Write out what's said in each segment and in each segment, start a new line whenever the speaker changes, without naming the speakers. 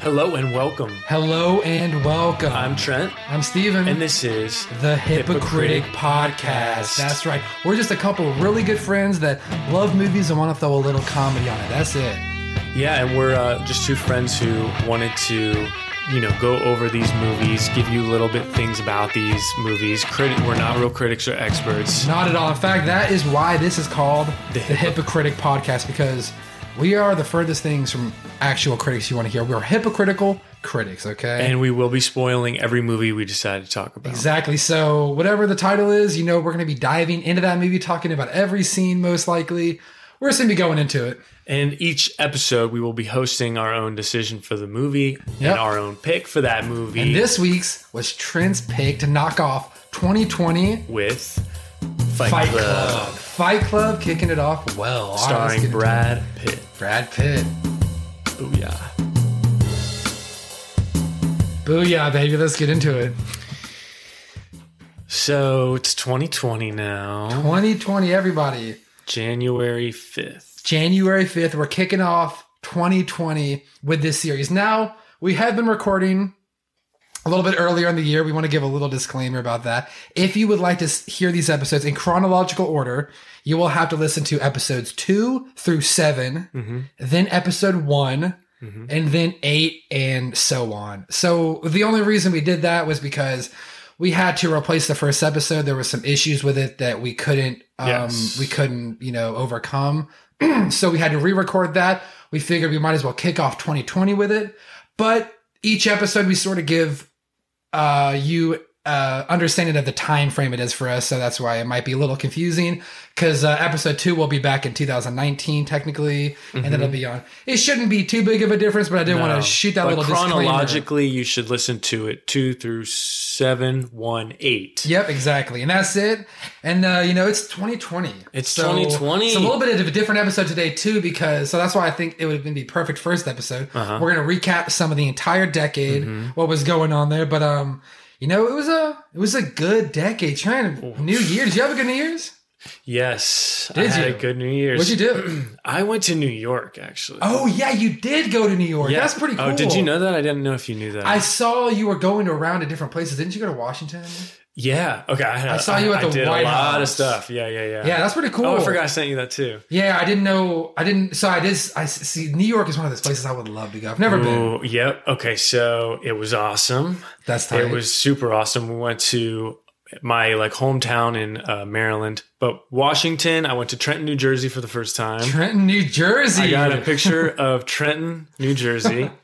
Hello and welcome.
Hello and welcome.
I'm Trent,
I'm Steven.
and this is
the Hypocritic, Podcast. That's right. We're just a couple of really good friends that love movies and want to throw a little comedy on it. That's it.
yeah, and we're uh, just two friends who wanted to, you know, go over these movies, give you little bit things about these movies. Critic, we're not real critics or experts.
Not at all. In fact, that is why this is called the, Hypocritic Podcast because we are the furthest things from actual critics you want to hear. We're hypocritical critics, okay?
And we will be spoiling every movie we decide to talk about.
Exactly. So, whatever the title is, you know, we're going to be diving into that movie, talking about every scene, most likely. We're just going to be going into it.
And each episode, we will be hosting our own decision for the movie and
Yep.
our own pick for that movie
And this week's was Trent's pick to knock off 2020
with Fight,
Fight
Club,
Club. Fight Club kicking it off well. All right, let's get
starring
into
Brad Pitt.
it. Brad Pitt.
Booyah.
Booyah, baby. Let's get into it.
So it's 2020 now,
2020, everybody.
January 5th.
January 5th, we're kicking off 2020 with this series. Now, we have been recording a little bit earlier in the year. We want to give a little disclaimer about that. If you would like to s- hear these episodes in chronological order, you will have to listen to episodes two through 7 then episode one, and then eight, and so on. So the only reason we did that was because we had to replace the first episode. There was some issues with it that we couldn't, um,
Yes.
we couldn't, you know, overcome. so we had to re-record that. We figured we might as well kick off 2020 with it. But each episode, we sort of give uh, you uh, understanding of the time frame it is for us. So that's why it might be a little confusing because uh, episode two will be back in 2019 technically, and it'll be on. It shouldn't be too big of a difference, but I did
Mm-hmm. No.
want to shoot that
But
little disclaimer.
chronologically, you should listen to it 2 through 7, 1, 8.
Yep, exactly, and that's it. And uh, you know, it's 2020.
It's 2020.
It's a little bit of a different episode today too, because so that's why I think it would have been the perfect first episode.
Uh-huh.
We're gonna recap some of the entire decade,
Mm-hmm.
what was going on there. But um, you know, it was a it was a good decade. Trying to New Year. Did you have a good New Year's?
Yes. I
Did
had
you?
a good New Year's.
What'd you do?
I went to New York, actually.
oh yeah, you did go to New York.
Yeah.
That's pretty cool.
Oh, did you know that? I didn't know if you knew that.
I saw you were going around to different places. Didn't you go to Washington?
yeah. Okay. I, had-
I saw you at
I
the
did
White
a lot
House.
of stuff. Yeah, yeah, yeah.
Yeah, that's pretty cool.
Oh, I forgot I sent you that too.
Yeah, I didn't know. I didn't. So I did. I see. New York is one of those places I would love to go. I've never
Ooh,
been.
yep. Okay, so it was awesome.
That's tight.
It was super awesome. We went to my like hometown in uh, Maryland, but Washington. I went to Trenton, New Jersey for the first time.
Trenton, New Jersey.
I got a picture of Trenton, New Jersey.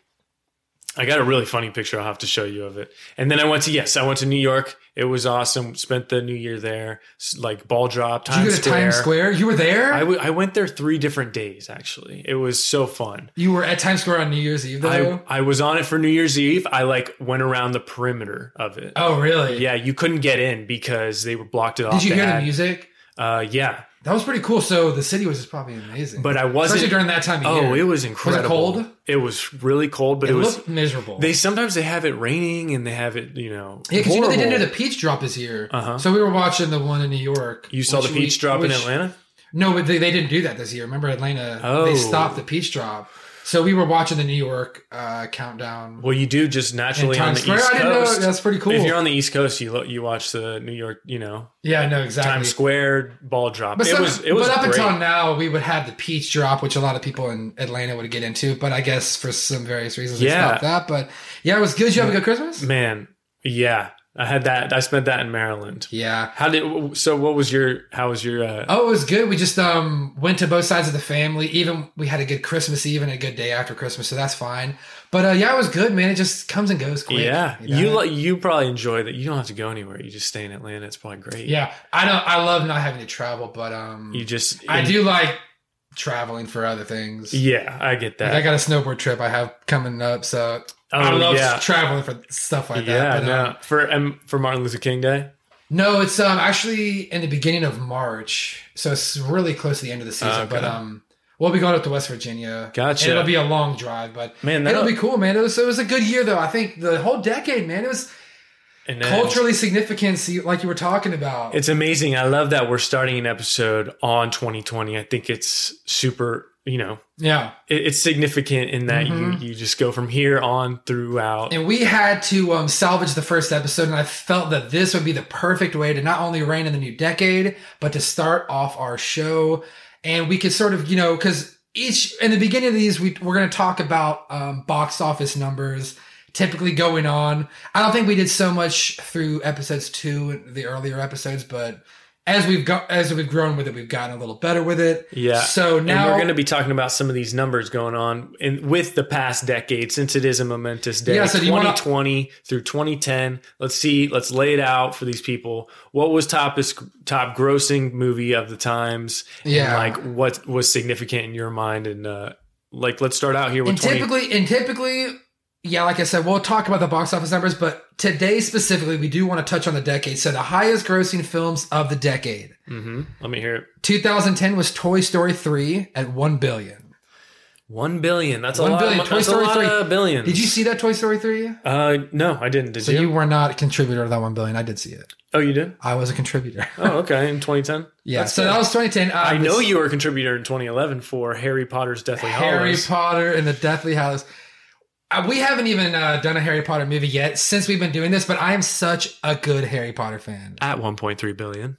I got a really funny picture. I'll have to show you of it. And then I went to yes, I went to New York. It was awesome. Spent the New Year there, S- like ball drop.
Did you go
Times
to
Square.
Times Square? You were there?
I, w- I went there three different days. Actually, it was so fun.
you were at Times Square on New Year's Eve,
I,
though?
I was on it for New Year's Eve. I like went around the perimeter of it.
oh, really?
Yeah, you couldn't get in because they were blocked it off.
Did you
They
hear
had-
the music?
Uh, yeah,
That was pretty cool. So the city was just probably amazing.
but I wasn't.
Especially during that time of
oh,
year.
it was incredible.
cold?
It was really cold, but it,
It
was.
looked miserable.
They sometimes they have it raining and they have it, you know.
yeah, because you know they didn't do
horrible.
the peach drop this year.
Uh-huh.
So we were watching the one in New York.
You saw the
which
peach
we-
drop in
which-
Atlanta.
No, but they, they didn't do that this year. Remember Atlanta?
Oh.
They stopped the peach drop. So we were watching the New York uh, countdown.
Well, you do just
in
naturally on
Times
the
Square.
East
I didn't know
Coast.
that's pretty cool.
If you're on the East Coast, you lo- you watch the New York, you know,
yeah, no, exactly.
Times Square ball drop.
But,
it
some-
was it was
but up
great.
until now, we would have the peach drop, which a lot of people in Atlanta would get into. But I guess for some various reasons,
Yeah.
they stopped that. But yeah, it was good. Did you have a good Christmas?
Man, yeah, I had that. I spent that in Maryland.
Yeah.
How did so? What was your? How was your? Uh,
Oh, it was good. We just um went to both sides of the family. Even we had a good Christmas Eve and a good day after Christmas, so that's fine. But uh, yeah, it was good, man. It just comes and goes quick.
yeah,
you know?
you li- you probably enjoy that. You don't have to go anywhere. You just stay in Atlanta. It's probably great.
yeah. I don't. I love not having to travel, but um,
you just
I do like traveling for other things.
Yeah, I get that.
Like I got a snowboard trip I have coming up, so
Oh,
I love
yeah,
traveling for stuff like
yeah.
that. But,
no.
um,
for um, for Martin Luther King Day.
no, it's um actually in the beginning of March, so it's really close to the end of the season.
Okay.
But um, we'll be going up to West Virginia.
Gotcha.
And it'll be a long drive, but
Man, that-
it'll be cool, man. It was it was a good year though. I think the whole decade, man, it was
And then-
culturally significant, see, like you were talking about.
it's amazing. I love that we're starting an episode on 2020. I think it's super. you know,
Yeah.
it, it's significant in that
Mhm.
you you just go from here on throughout.
And we had to um, salvage the first episode, and I felt that this would be the perfect way to not only reign in the new decade, but to start off our show. And we could sort of, you know, because each in the beginning of these, we, we're going to talk about um, box office numbers typically going on. I don't think we did so much through episodes two and the earlier episodes, but as we've got as we've grown with it, we've gotten a little better with it.
Yeah.
So
and
now
we're going to be talking about some of these numbers going on in, with the past decade, since it is a momentous day.
Yeah, so do you wanna-
2020 through 2010. Let's see. Let's lay it out for these people. What was top is, top grossing movie of the times?
Yeah.
And like what was significant in your mind? And uh, like, let's start out here with
and
20.
typically and typically yeah like i said we'll talk about the box office numbers but today specifically we do want to touch on the decade so the highest grossing films of the decade
hmm Let me hear it.
2010 was toy story 3 at 1 billion
One billion. That's
One
a lot.
billion.
Of,
Toy
that's
Story
a lot
three.
of billions.
did you see that toy story 3
Uh, no, I didn't. Did
so
you?
you were not a contributor to that 1 billion i did see it
Oh, you did.
i was a contributor
Oh, okay. In 2010.
yeah
That's
so
good.
that was 2010 Uh,
I know
this-
you were a contributor in 2011 for Harry Potter's Deathly
Harry
Hallows.
Potter and the Deathly Hallows. Uh, we haven't even uh, done a Harry Potter movie yet since we've been doing this, but I am such a good Harry Potter fan.
at 1.3 billion.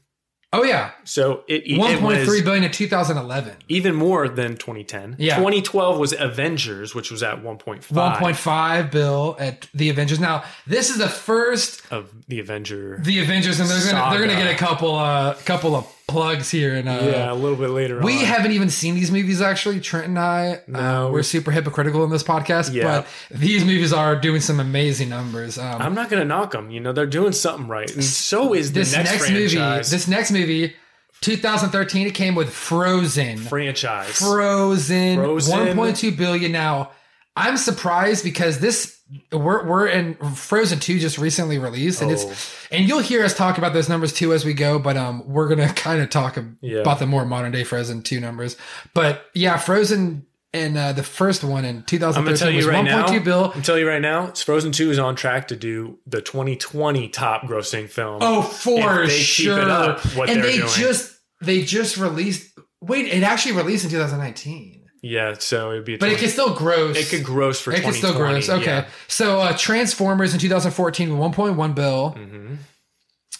Oh yeah,
So it, it
one point
was
three billion in 2011.
even more than 2010.
Yeah.
2012 was Avengers, which was at 1.5
1.5 bill at the Avengers. Now, this is the first
of the Avenger.
the Avengers, and they're gonna, they're gonna
Saga.
get a couple uh couple of plugs here and uh
yeah, a little bit later on.
we haven't even seen these movies actually. Trent and I
No,
uh, we're
we-
super hypocritical in this podcast,
Yeah.
but these movies are doing some amazing numbers. Um
I'm not going to knock them. You know, they're doing something right. And so is the
this
next,
next, movie
franchise.
this next movie 2013 it came with Frozen.
franchise.
Frozen,
Frozen.
1.2 billion now. I'm surprised because this we're we're in Frozen 2 just recently released and
Oh.
it's and you'll hear us talk about those numbers too as we go, but um we're going to kind of talk ab-
Yeah.
about the more modern day Frozen 2 numbers. But yeah, Frozen and uh, the first one in
I'm going
2013
to tell
was
you right now.
1.2 bill.
I'm telling you right now, Frozen 2 is on track to do the 2020 top grossing film.
Oh, for
If they keep it
sure.
up, what
and
they're
they
doing.
just they just released wait, it actually released in 2019.
Yeah, so it'd be a
But
20
it can still gross.
it could gross for
It can
2020.
still gross. Okay. So uh, Transformers in 2014 with 1.1 bill.
hmm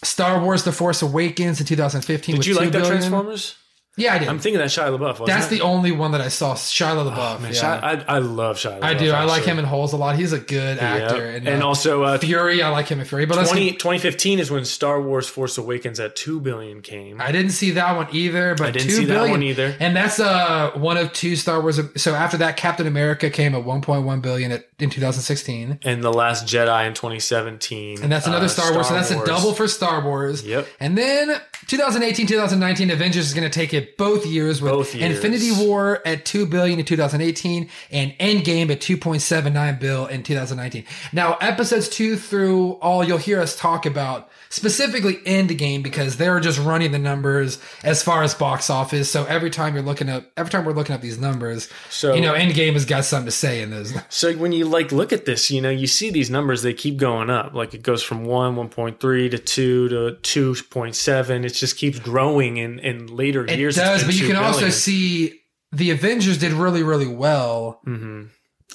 Star Wars: The Force Awakens in 2015.
Did
with
you
2
like that
billion.
Transformers?
Yeah, I did.
I'm thinking that Shia LaBeouf. Wasn't
That's
it?
the only one that I saw. Shia LaBeouf.
Man,
yeah.
Shia- I, I love Shia. LaBeouf,
I do. I like
actually.
him in Holes a lot. He's a good actor.
Yeah.
And,
And,
uh,
also, uh,
Fury. I like him in Fury. But let's.
20, 2015 is when Star Wars: Force Awakens at two billion came. I,
I didn't see that one either. But
didn't
two
see that
billion.
one either.
And that's uh one of two Star Wars. So after that, Captain America came at 1.1 billion at, in 2016,
And the Last Jedi in 2017.
and that's another
uh,
Star, Wars. So that's a double for Star Wars.
Yep.
And then 2018, 2019, Avengers is going to take it both years with
Both years.
Infinity War at two billion in 2018 and Endgame at 2.79 bill in 2019. Now, episodes two through all, you'll hear us talk about specifically Endgame because they're just running the numbers as far as box office. So every time you're looking up, every time we're looking up these numbers,
So-
you know, Endgame has got something to say in those.
So when you like look at this, you know, you see these numbers, they keep going up. Like it goes from one, 1.3 to two to 2.7. It just keeps growing in, in later
It
years.
does, but you can also see the Avengers did really, really well.
hmm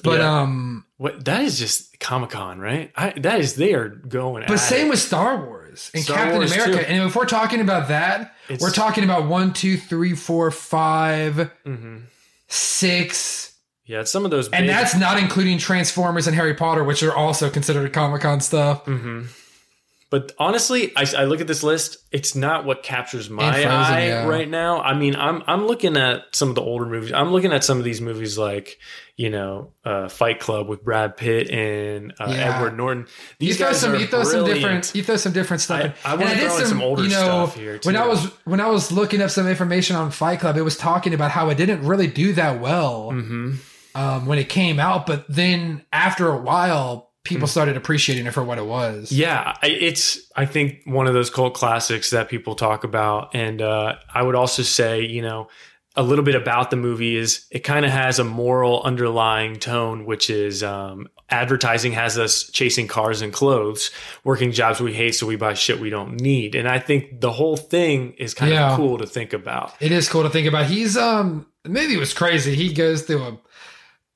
But
Yeah.
um,
What that is just Comic Con, right? I, that is they are going.
But
at
same
it.
with Star Wars and
Star
Captain
Wars, too.
America. And if we're talking about that,
It's-
we're talking about one, two, three, four, five,
Mhm.
six.
yeah, some of those,
And
big-
that's not including Transformers and Harry Potter, which are also considered Comic Con stuff.
hmm But honestly, I, I look at this list. It's not what captures my
Frozen,
eye
yeah.
right now. I mean, I'm I'm looking at some of the older movies. I'm looking at some of these movies like you know uh, Fight Club with Brad Pitt and uh,
Yeah.
Edward Norton.
You
These
throw
guys
some,
are
you throw some
brilliant.
different, you throw some different stuff.
I-
in.
I
And
wanna
did
throw in some older stuff here,
When I
too.
was when I was looking up some information on Fight Club, it was talking about how it didn't really do that well
Mhm.
um, when it came out, but then after a while, people started appreciating it for what it was.
Hmm. Yeah, I- it's I think one of those cult classics that people talk about, and uh, I would also say you know a little bit about the movie is it kind of has a moral underlying tone, which is um, advertising has us chasing cars and clothes, working jobs we hate, so we buy shit we don't need, and I think the whole thing is kind
Yeah.
of cool to think about.
It is cool to think about. He's um The movie was crazy. He goes through a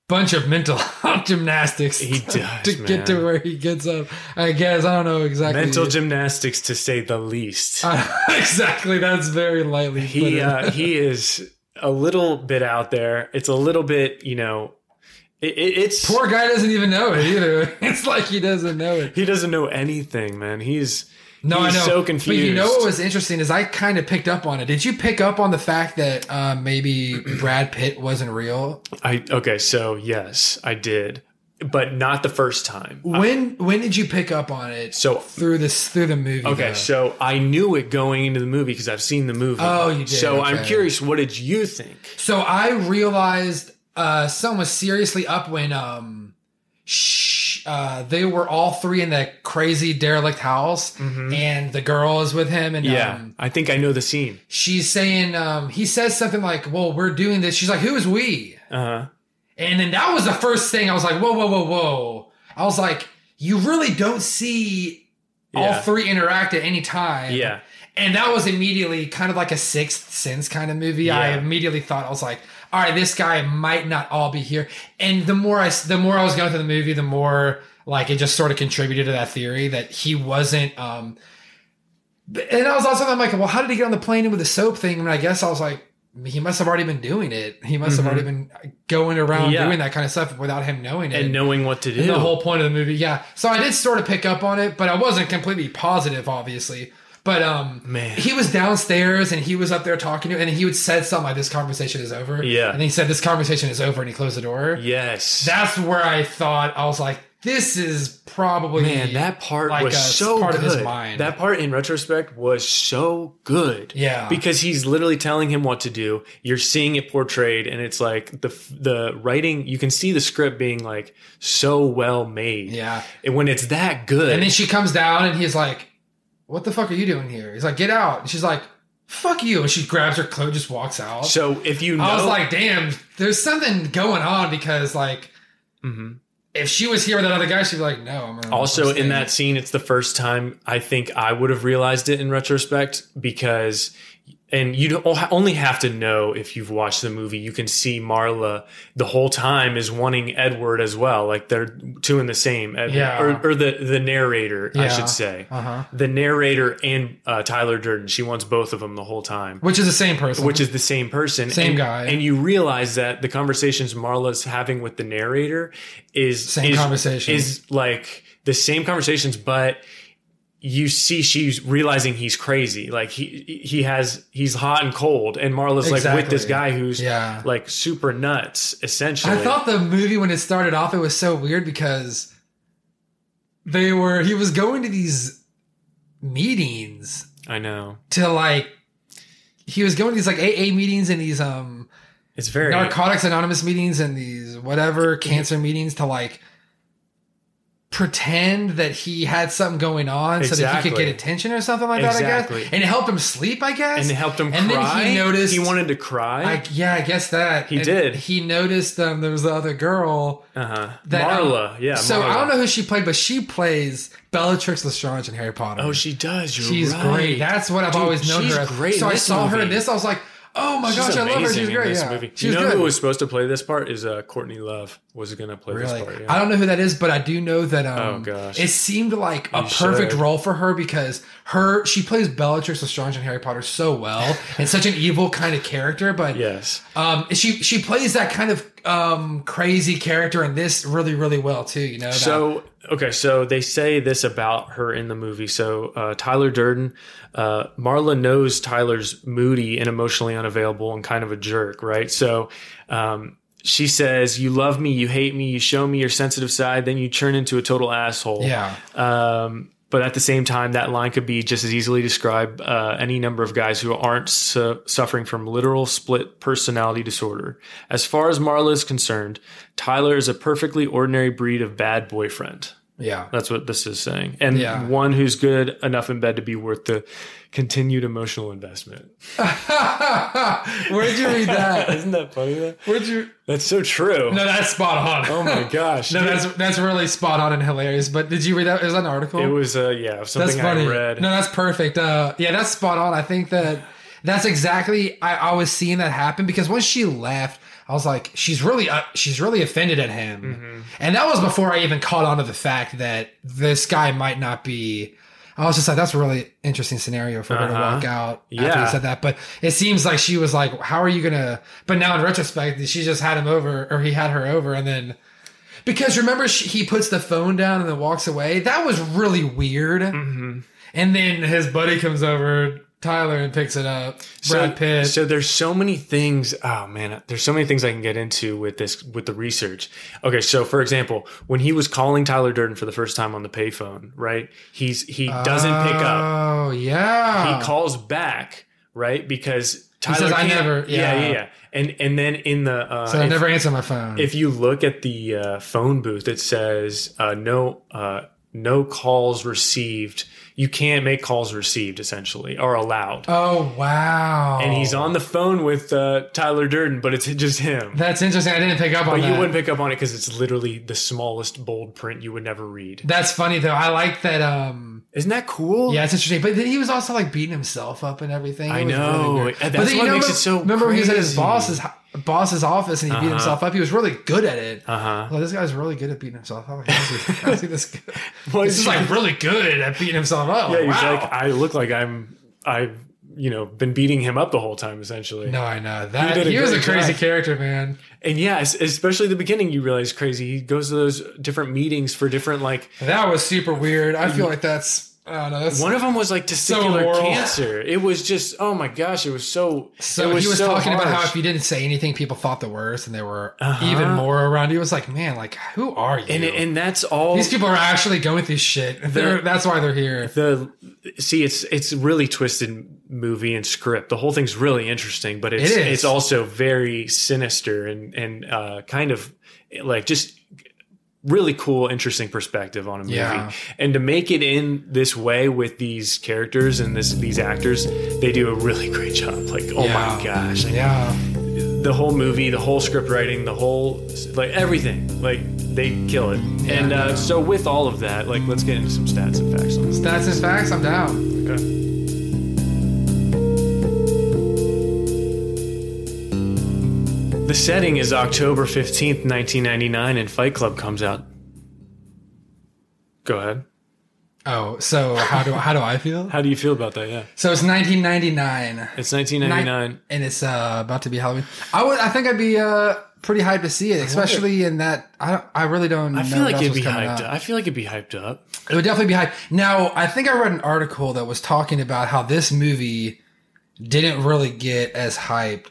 bunch of mental gymnastics
He
to,
does,
to get to
man.
where he gets up. I guess I don't know exactly.
Mental gymnastics, to say the least.
Uh, exactly. That's very lightly. put
he
in.
uh, he is a little bit out there. It's a little bit, you know, it, it, it's
Poor guy doesn't even know it either. It's like he doesn't know it.
He doesn't know anything, man. He's
No,
He's
I know.
so
But you
confused.
know what was interesting is I kind of picked up on it. Did you pick up on the fact that uh, maybe Brad Pitt wasn't real?
I okay. So yes, I did, but not the first time. I-
When when did you pick up on it?
so
through this through the movie.
okay,
though?
so I knew it going into the movie because I've seen the movie.
Oh, you did,
So I'm
okay.
curious. What did you think?
So I realized uh someone was seriously up when um sh- uh they were all three in that crazy derelict house and the girl is with him and
Mm-hmm. Yeah,
um,
I think I know the scene.
she's saying um he says something like, "Well, we're doing this." She's like, "Who is we?"
Uh huh.
And then that was the first thing I was like, "Whoa, whoa, whoa, whoa." I was like, "You really don't see
Yeah.
all three interact at any time."
Yeah.
And that was immediately kind of like a sixth sense kind of movie. I
Yeah.
immediately thought I was like, all right, this guy might not all be here. And the more I s- the more I was going through the movie, the more like it just sort of contributed to that theory that he wasn't. um b- And I was also I'm like, well, how did he get on the plane with the soap thing? And I guess I was like. He must have already been doing it. He must
Mhm.
have already been going around
Yeah.
doing that kind of stuff without him knowing it.
And knowing what to do.
And the whole point of the movie, yeah. So I did sort of pick up on it, but I wasn't completely positive, obviously. But um,
Man.
he was downstairs and he was up there talking to, and he would said something like, "This conversation is over."
Yeah.
and he said, "This conversation is over," and he closed the door.
yes.
That's where I thought I was like, "This is probably
Man, that part
like
was
a
so
part
good.
of his mind.
That part in retrospect was so good.
Yeah.
Because he's literally telling him what to do. You're seeing it portrayed and it's like the the writing, you can see the script being like so well made.
yeah."
And when it's that good.
And then she comes down and he's like, "What the fuck are you doing here?" He's like, "Get out!" And she's like, "Fuck you!" And she grabs her cloak, just walks out.
so if you know
I was like, "Damn, there's something going on," because like.
Mhm.
if she was here with that other guy, she'd be like, "No, I'm gonna
Also,
I'm
in
staying."
that scene, it's the first time I think I would have realized it in retrospect because, and you don't- oh, only have to know if you've watched the movie. You can see Marla the whole time is wanting Edward as well. Like they're two in the same, Edward,
Yeah.
or, or the, the narrator, I
Yeah.
should say.
uh-huh.
The narrator and uh, Tyler Durden, she wants both of them the whole time.
which is the same person,
Which is the same person,
Same
and,
guy.
and you realize that the conversations Marla's having with the narrator is
same
is,
conversation.
is like the same conversations, but you see she's realizing he's crazy. Like he he has he's hot and cold, and Marla's like with this
Exactly.
guy who's
yeah,
like super nuts, essentially.
I thought the movie when it started off, it was so weird because they were he was going to these meetings
I know
to like he was going to these like AA meetings and these um
it's very
Narcotics Anonymous meetings and these whatever cancer meetings to like pretend that he had something going on so that he could
Exactly.
get attention or something like that, I
Exactly.
guess. And it helped him sleep, I guess.
and it helped him
And then he
cry.
noticed-
he wanted to cry.
I, yeah, I guess that
He
And
did.
He noticed um, there was the other girl.
uh-huh.
that, um,
Marla, yeah.
so
Marla.
I don't know who she played, but she plays Bellatrix Lestrange in Harry Potter.
Oh, she does. You're
she's
right.
great. That's what I've
Dude,
always known
she's
her. as.
great
So
in
I
this
saw her in
movie.
this. I was like, oh my
She's
gosh, I love her.
amazing
She's
in
great.
this
Yeah.
movie.
She
you
was
know
good.
who was supposed to play this part is uh, Courtney Love was going to play
Really?
this part.
I
Yeah.
don't know who that is, but I do know that. Um,
Oh, gosh.
It seemed like a
You
perfect
should.
role for her because her she plays Bellatrix Lestrange in Harry Potter so well and such an evil kind of character. But
Yes.
um, she she plays that kind of um crazy character in this really really well too. You know. that-
So okay, so they say this about her in the movie. So uh, Tyler Durden, uh, Marla knows Tyler's moody and emotionally unavailable and kind of a jerk, right? So um, she says, "You love me, you hate me, you show me your sensitive side, then you turn into a total asshole."
yeah,
Um, but at the same time, that line could be just as easily describe uh, any number of guys who aren't su- suffering from literal split personality disorder. As far as Marla is concerned, Tyler is a perfectly ordinary breed of bad boyfriend.
yeah.
That's what this is saying. And
Yeah.
one who's good enough in bed to be worth the continued emotional investment.
Where'd you read that?
Isn't that funny though?
Where'd you?
That's so true.
No, that's spot on.
Oh my gosh.
No, that's that's really spot on and hilarious. But did you read that? Is that an article?
it was uh yeah, something
That's funny.
I read.
No, that's perfect. Uh, yeah, that's spot on. I think that That's exactly I, I was seeing that happen because once she left, I was like, she's really uh, she's really offended at him,
Mm-hmm.
and that was before I even caught on to the fact that this guy might not be. I was just like, that's a really interesting scenario for her to
Uh-huh.
walk out after
Yeah.
you said that. But it seems like she was like, how are you gonna? But now in retrospect, she just had him over, or he had her over, and then because remember she, he puts the phone down and then walks away. That was really weird.
Mhm.
And then his buddy comes over, Tyler, and picks it up. Brad Pitt.
So there's so many things. Oh man, there's so many things I can get into with this with the research. Okay, so for example, when he was calling Tyler Durden for the first time on the payphone, right? He's he doesn't pick up.
Oh yeah.
He calls back, right? Because Tyler
says, "I
can't-
never-
yeah,
yeah.
yeah, yeah. And and then in the uh,
so I
if-
never answer my phone.
if you look at the uh, phone booth, it says uh, no uh, no calls received. You can't make calls received essentially or allowed.
oh wow.
And he's on the phone with uh, Tyler Durden, but it's just him.
That's interesting. I didn't pick up on
but
that.
you wouldn't pick up on it because it's literally the smallest bold print you would never read.
That's funny though. I like that. Um.
Isn't that cool?
Yeah, it's interesting. But then he was also like beating himself up and everything. It
I
was
know.
weird.
That's
but then,
what
you know,
makes it so
Remember when he was at his
crazy.
boss's h- boss's office and he beat
Uh-huh.
himself up? He was really good at it.
Uh huh.
Well, this guy's really good at beating himself up. I see this. guy-
Well,
This is like really good at beating himself up.
yeah. He's
wow.
like, I look like I'm. I've you know been beating him up the whole time essentially.
no, I know that
did a
he, was a
great
crazy
job.
character, man.
And yes, especially the beginning, you realize crazy. He goes to those different meetings for different like
That was super weird. I feel like that's I don't know. That's
Mm. One of them was like testicular
moral.
cancer. It was just oh my gosh, it was so.
so
it was
he was
so
talking about how
harsh.
if you didn't say anything, people thought the worst, and they were
Uh-huh.
even more around you. It was like, man, like who are you?
and and that's all.
These people are actually going through shit. They're, that's why they're here.
the see, it's it's really twisted movie and script. The whole thing's really interesting, but it's
It is.
it's also very sinister and and uh, kind of like just really cool, interesting perspective on a movie.
Yeah.
And to make it in this way with these characters and this these actors, they do a really great job. Like oh
Yeah.
my gosh, I
Yeah.
the whole movie, the whole script writing, the whole like everything. Like they kill it. and uh, so with all of that, like let's get into some stats and facts on this.
Stats and facts. I'm down.
Okay. The setting is October 15th, 1999 and Fight Club comes out. Go ahead.
Oh, so how do how do I feel?
How do you feel about that? Yeah.
So it's 1999.
It's
Nine-
1999.
and it's uh, about to be Halloween. I would, I think I'd be uh, pretty hyped to see it, especially in that. I don't, I really don't.
I
know
feel
what
like
else
it'd
was
be
coming
hyped up.
out.
I feel like it'd be hyped up.
It would definitely be hyped. Now, I think I read an article that was talking about how this movie didn't really get as hyped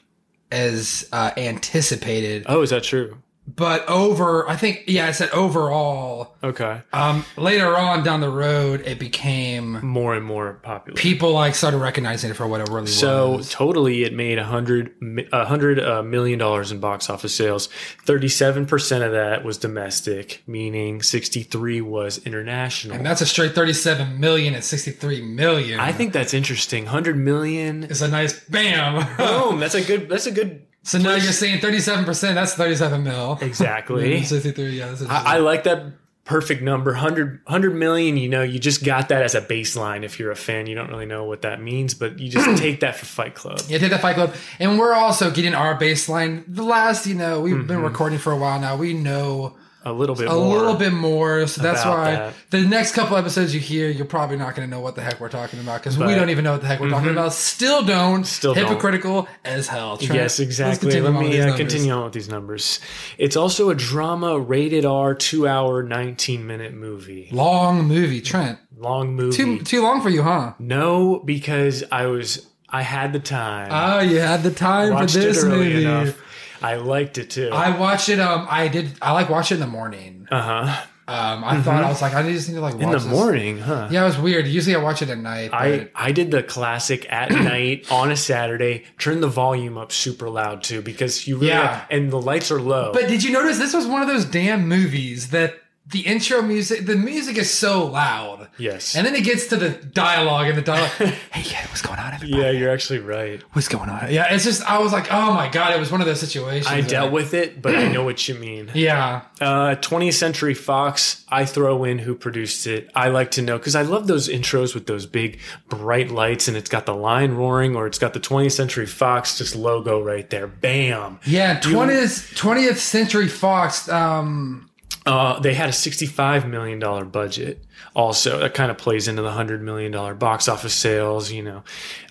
as uh, anticipated,
Oh, is that true?
but over, I think, yeah, it said overall.
Okay.
Um, later on down the road, it became
More and more popular.
people like started recognizing it for what it really
So
was.
totally, it made a hundred mi- a hundred uh, million dollars in box office sales. Thirty seven percent of that was domestic, meaning sixty three was
And
international.
that's a straight 37 million and 63 million.
I think that's interesting. Hundred million.
It's a nice bam.
Boom. That's a good. That's a good.
so now you're saying 37%, that's 37 mil.
Exactly.
63, yeah. That's
I, I like that perfect number. 100, 100 million. You know, you just got that as a baseline. If you're a fan, you don't really know what that means, but you just take that for Fight Club.
yeah, take that Fight Club. And we're also getting our baseline. The last, you know, we've been recording for a while now. We know
A little Mm-hmm. bit.
a
more.
little bit more. So that's
about
why
that.
the next couple episodes you hear, you're probably not going to know what the heck we're talking about because we
But- Mm-hmm.
don't even know what the heck we're talking about. Still don't.
Still don't.
Hypocritical as hell. Try-
Yes,
let's
exactly.
continue
Let
on with
me
these
uh,
numbers.
continue on with these numbers. It's also a drama, rated R, two hour, 19 minute movie.
Long movie, Trent.
Long movie.
Too too long for you, huh?
no, because I was, I had the time.
Oh, you had the time
watched
for this
it early
movie.
enough. I liked it too.
I watched it. Um, I did. I like watch it in the morning.
uh huh.
Um, I thought I was like, I just need to like watch
Mm-hmm. In the
this.
morning, huh?
Yeah, it was weird. Usually I watch it at night.
I, I did the classic at night on a Saturday. Turn the volume up super loud too because you really
Yeah.
and the lights are low.
But did you notice this was one of those damn movies that the intro music, the music is so loud.
Yes.
And then it gets to the dialogue, and the dialogue, hey, yeah, what's going on? Everybody?
yeah, you're actually right.
What's going on? Yeah, it's just, I was like, oh my God, it was one of those situations.
I
where-
dealt with it, but I know what you mean.
Yeah.
Uh, 20th Century Fox, I throw in who produced it. I like to know because I love those intros with those big bright lights and it's got the line roaring or it's got the 20th Century Fox just logo right there. Bam.
Yeah, 20th, 20th Century Fox. Um,
Uh, they had a $65 million budget also. That kind of plays into the $100 million box office sales, you know.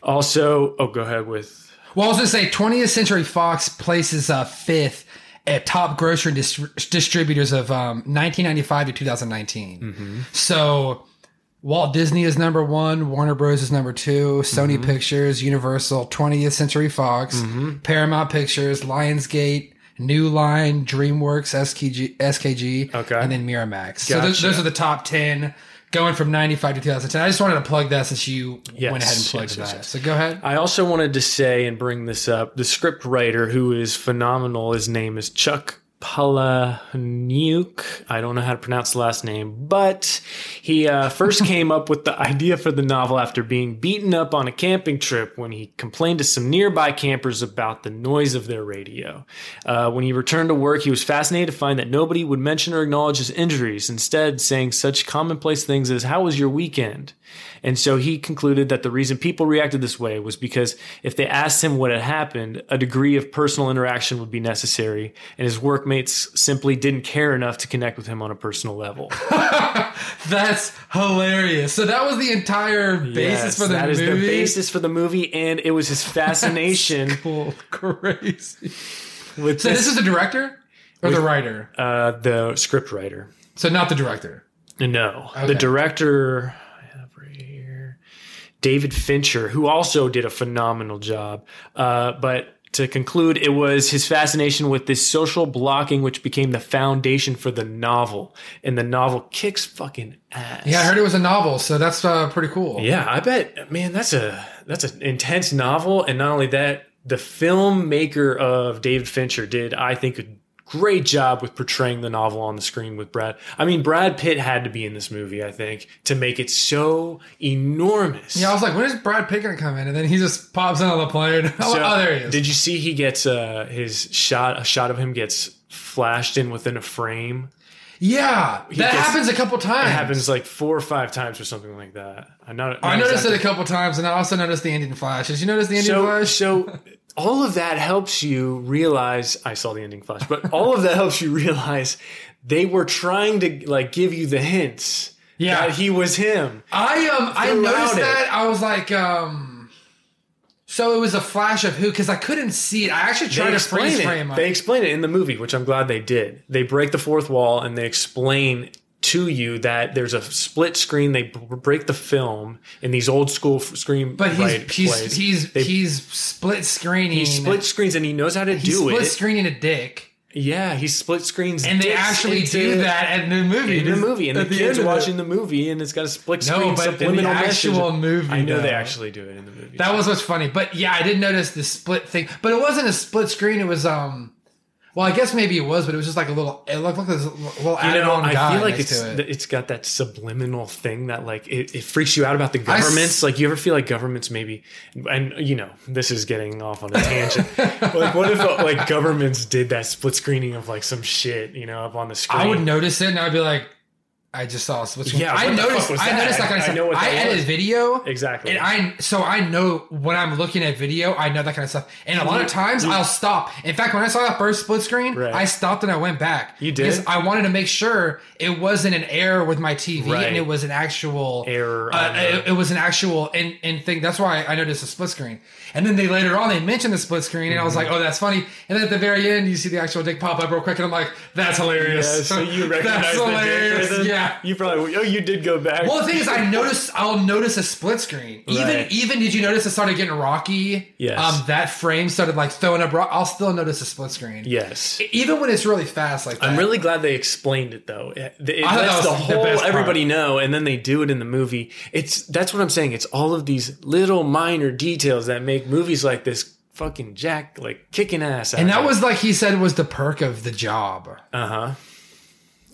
Also, oh, go ahead with.
well, I was going to say 20th Century Fox places uh, fifth at top grocery distri- distributors of um, 1995 to 2019.
Mm-hmm.
So Walt Disney is number one, Warner Bros. is number two, Sony
Mm-hmm.
Pictures, Universal, 20th Century Fox, Paramount Pictures, Lionsgate. New Line, DreamWorks, SKG, SKG,
Okay.
and then Miramax. So those,
Gotcha.
those are the top ten going from '95 to 2010. I just wanted to plug that since you
Yes,
went ahead and
yes,
plugged
yes,
that.
yes.
So go ahead.
I also wanted to say and bring this up. The script writer who is phenomenal, his name is Chuck Palahniuk. I don't know how to pronounce the last name, but he uh, first came up with the idea for the novel after being beaten up on a camping trip when he complained to some nearby campers about the noise of their radio. Uh, when he returned to work, he was fascinated to find that nobody would mention or acknowledge his injuries, instead saying such commonplace things as, how was your weekend? And so he concluded that the reason people reacted this way was because if they asked him what had happened, a degree of personal interaction would be necessary, and his workmates simply didn't care enough to connect with him on a personal level.
That's hilarious. So that was the entire basis
Yes,
for the
that
movie.
is the basis for the movie, and it was his fascination
Cool, crazy.
with
So
this,
this is the director or the writer.
uh, the script writer.
So not the director.
No,
Okay.
the director I have right here, David Fincher, who also did a phenomenal job. Uh, but to conclude, it was his fascination with this social blocking which became the foundation for the novel, and the novel kicks fucking ass.
Yeah, I heard it was a novel. So that's uh, pretty cool.
Yeah, I bet, man. That's a that's an intense novel, and not only that, the filmmaker of David Fincher did, I think, a great job with portraying the novel on the screen with Brad. I mean, Brad Pitt had to be in this movie, I think, to make it so enormous.
Yeah, I was like, when is Brad Pitt gonna come in? And then he just pops into the plane. Oh,
So,
oh, there he is.
Did you see he gets uh, his shot? A shot of him gets flashed in within a frame.
yeah, that
gets-
happens a couple times.
It happens like four or five times or something like that. I'm not.
I
not
noticed
exactly-
it a couple times, and I also noticed the ending flash. Did you notice the ending
so,
flash?
so all of that helps you realize I saw the ending flash, but all of that helps you realize they were trying to like give you the hints
Yeah.
that he was him.
I um I
Throughout
noticed
it.
that I was like um so it was a flash of who because I couldn't see it. I actually tried
They
to
explain
freeze
it.
frame.
They
it.
explain it in the movie, which I'm glad they did. They break the fourth wall and they explain to you that there's a split screen. They b- break the film in these old school f- screen.
But he's
right
he's
plays.
he's
They-
he's split screening.
he split screens and he knows how to
he's
do
split
it.
screening a dick,
yeah, he split screens
and they
dicks
actually
into-
do that in the movie.
in the
This-
movie, and the,
at end
kids
of it.
watching the movie, and it's got a split screen
No, but in the
subliminal
actual
message.
movie,
I know
though.
they actually do it in the movie.
That was what's funny. But yeah, I did notice the split thing. But it wasn't a split screen. It was um. Well, I guess maybe it was, but it was just like a little. It looked like this little
you
added
know,
on guy
I feel like
next
it's
to it.
th- it's got that subliminal thing that like it, it freaks you out about the
s-
governments. like you ever feel like governments maybe, and you know this is getting off on a tangent. like what if uh, like governments did that split screening of like some shit you know up on the screen?
I would notice it and I'd be like, I just saw what's going
Yeah,
I
what the fuck
noticed.
was
I
that?
noticed. Like I,
I
said,
know what
I
that
edit
was.
video
exactly.
and I so I know when I'm looking at video, I know that kind of stuff. And a lot of times I'll stop. In fact, when I saw that first split screen,
Right.
I stopped and I went back.
You did?
Because I wanted to make sure it wasn't an error with my TV
Right.
and it was an actual
Error
Uh,
on the-
it, it was an actual and and thing. That's why I noticed a split screen. And then they later on they mentioned the split screen, and I was
Mm-hmm.
like, oh, that's funny. And then at the very end, you see the actual dick pop up real quick, and I'm like, that's
yeah,
hilarious.
so you recognize
that's
the
hilarious.
difference?
Yeah.
you probably oh you did go back.
Well, the thing is, I notice I'll notice a split screen. Even
Right.
even did you notice it started getting rocky?
Yes.
Um, that frame started like throwing up. Rock- I'll still notice a split screen.
yes.
Even when it's really fast, like that.
I'm really glad they explained it though. It, it
I thought
lets
that
the
was the
whole
best part.
everybody know, and then they do it in the movie. It's that's what I'm saying. It's all of these little minor details that make movies like this fucking Jack like kicking ass.
And that was like he said was the perk of the job.
uh huh.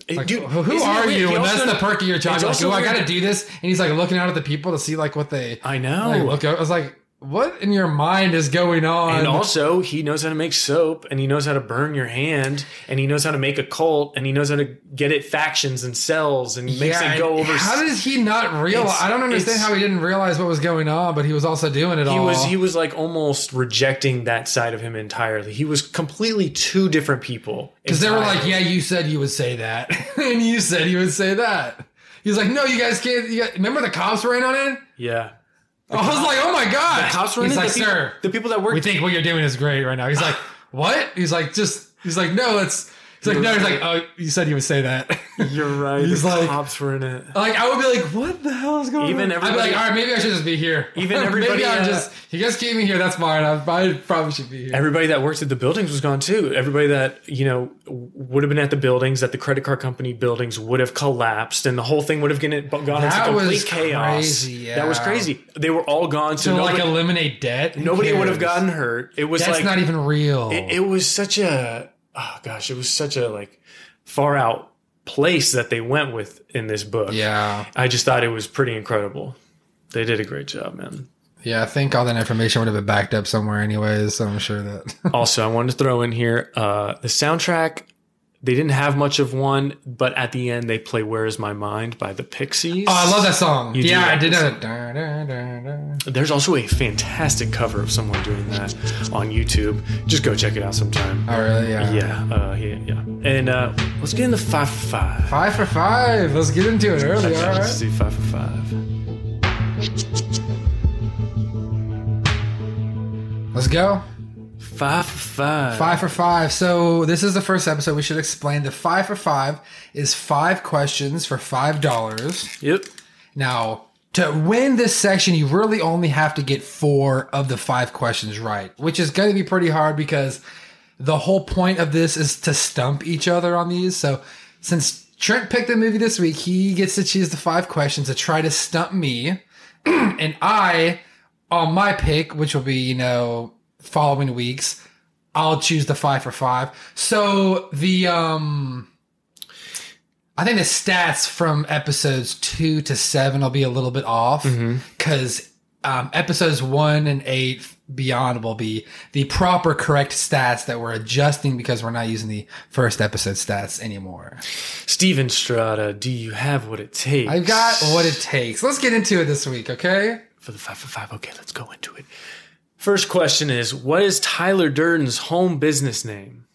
Like,
dude,
who
Um,
who
isn't it
are
weird?
you?
He
And that's
also-
the perk of your job.
it's
You're Like,
also
oh, I
weird
got to
that-
do this, and he's like looking out at the people to see like what they
I
like,
know.
look. At. I was like, what in your mind is going on?
and also, he knows how to make soap, and he knows how to burn your hand, and he knows how to make a cult, and he knows how to get it factions and cells, and makes
Yeah,
it go
and
over.
How does he not realize?
It's-
I don't understand
it's-
how he didn't realize what was going on, but he was also doing it
he
all.
was he was like almost rejecting that side of him entirely. He was completely two different people
Because they were
entirely.
like, "Yeah, you said you would say that, and you said you would say that." He was like, "No, you guys can't." You guys, remember the cops ran on it?
yeah.
I was like, "Oh my god!"
The cops were in
He's
it,
like,
the people,
"Sir,
the people that work.
we think what you're doing is great right now." He's like, "What?" He's like, "Just." He's like, "No, let's." He's like, "No." He's like, "Oh, you said you would say that."
You're right.
He's
the
like-
cops were in it.
like, I would be like, "What the hell is going
Even
on?" I'd
everybody-
be like, "All right, maybe I should just be here."
Even everybody,
maybe I
uh,
just. You guys keep me here. That's fine. I, I probably should be here.
Everybody that worked at the buildings was gone too. Everybody that you know would have been at the buildings, at the credit card company buildings, would have collapsed, and the whole thing would have gone gone into
That
complete
was
chaos.
crazy,
That was
yeah.
crazy. They were all gone, so
to
nobody,
like eliminate debt. Who
nobody would have
cares?
gotten hurt. It was
That's
like
not even real.
it, it was such a oh gosh, it was such a like far out place that they went with in this book.
yeah.
I just thought it was pretty incredible. They did a great job, man.
Yeah, I think all that information would have been backed up somewhere anyways, so I'm sure that Oh,
also, I wanted to throw in here uh, the soundtrack. They didn't have much of one, but at the end they play "Where Is My Mind" by the Pixies.
Oh, I love that song.
You do
yeah, I
like
did
this
know that. Da, da, da, da.
There's also a fantastic cover of someone doing that on YouTube. Just go check it out sometime.
Oh really? Yeah.
Yeah, uh, yeah, yeah. And uh, let's get into five for five.
Five for five. Let's get into it early,
Okay, let's do
alright?
five for five.
Let's go.
Five for five.
Five for five. So this is the first episode. We should explain the five for five is five questions for five dollars.
Yep.
Now, to win this section, you really only have to get four of the five questions right, which is going to be pretty hard because the whole point of this is to stump each other on these. So, since Trent picked the movie this week, he gets to choose the five questions to try to stump me. and I, on my pick, which will be, you know, following weeks, I'll choose the five for five. So, the, um, I think the stats from episodes two to seven will be a little bit off because um, episodes one and eight beyond will be the proper correct stats that we're adjusting because we're not using the first episode stats anymore.
Steven Strada, do you have what it takes?
I've got what it takes. Let's get into it this week, okay?
for the five for five. Okay, let's go into it. First question is What is Tyler Durden's home business name?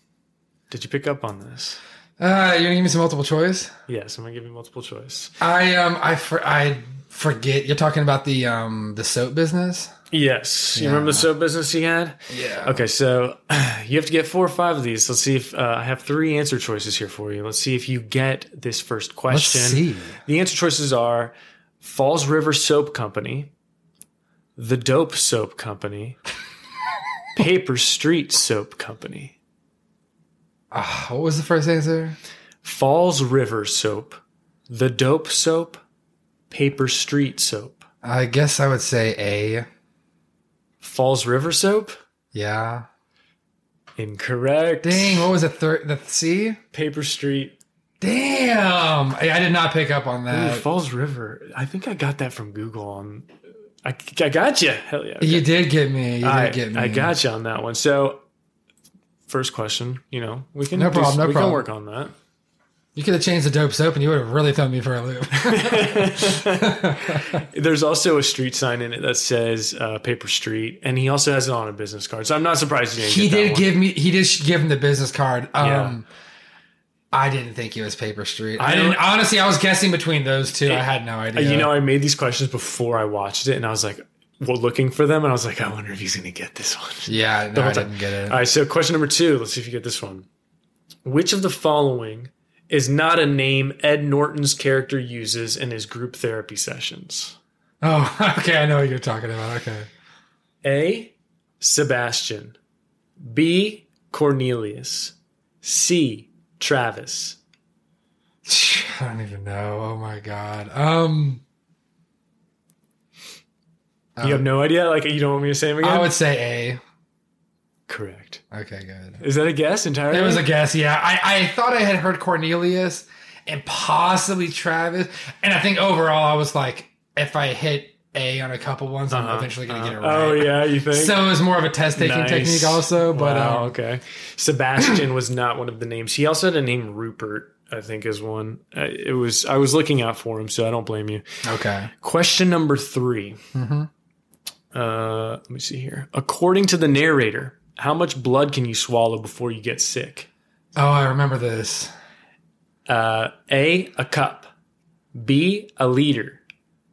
Did you pick up on this?
Uh, you're gonna give me some multiple choice.
Yes, I'm gonna give you multiple choice.
I um I for, I forget. You're talking about the um the soap business.
Yes, you remember the soap business he had?
Yeah.
Okay, so you have to get four or five of these. Let's see if uh, I have three answer choices here for you. Let's see if you get this first
Let's
question.
see.
The answer choices are Falls River Soap Company, The Dope Soap Company, Paper Street Soap Company.
Ah, what was the first answer?
Falls River soap, the dope soap, paper street soap.
I guess I would say A.
Falls River soap?
Yeah.
Incorrect.
Dang, what was the third? The C?
Paper street.
Damn, I, I did not pick up on
Ooh,
that.
Falls River. I think I got that from Google on I, I got you. Hell yeah. okay.
You did get me. You
I,
did get me.
I got you on that one. So first question, you know, we can
No
do-
problem, no
we
problem.
can work on that.
You could have changed the dope soap, and you would have really thrown me for a loop.
There's also a street sign in it that says uh, paper street and he also has it on a business card. So I'm not surprised you didn't
he
get that
did
one.
give me. He did sh- give him the business card. Um,
Yeah.
I didn't think it was Paper Street.
I
I, didn't.
don't- Uh,
Honestly, I was guessing between those two. I had no idea.
You know, I made these questions before I watched it, and I was like, well, looking for them, and I was like, I wonder if he's going to get this one.
yeah, no, I
whole time. Uh,
didn't get it.
All right, so question number two. Let's see if you get this one. Which of the following is not a name Ed Norton's character uses in his group therapy sessions?
oh, okay, I know what you're talking about. Okay,
A. Sebastian. B. Cornelius. C. Travis.
I don't even know. Oh my god. Um,
you have no idea? Like, you don't want me to say them again?
Uh, I would say
Correct.
A. Okay, good.
Is that a guess entirely?
It was a guess, yeah. I, I thought I had heard Cornelius, and possibly Travis. And I think overall, I was like, if I hit A on a couple ones, I'm
Uh-huh,
eventually going to get it
uh-huh.
right.
Oh yeah, you think?
So it was more of a test taking
Nice.
technique, also. But
wow,
um,
okay, Sebastian was not one of the names. He also had a name Rupert, I think, is one. Uh, it was I was looking out for him, so I don't blame you.
okay,
Question number three.
hmm
Uh, let me see here. According to the narrator, how much blood can you swallow before you get sick?
oh, I remember this.
Uh, a, a cup. B, a liter.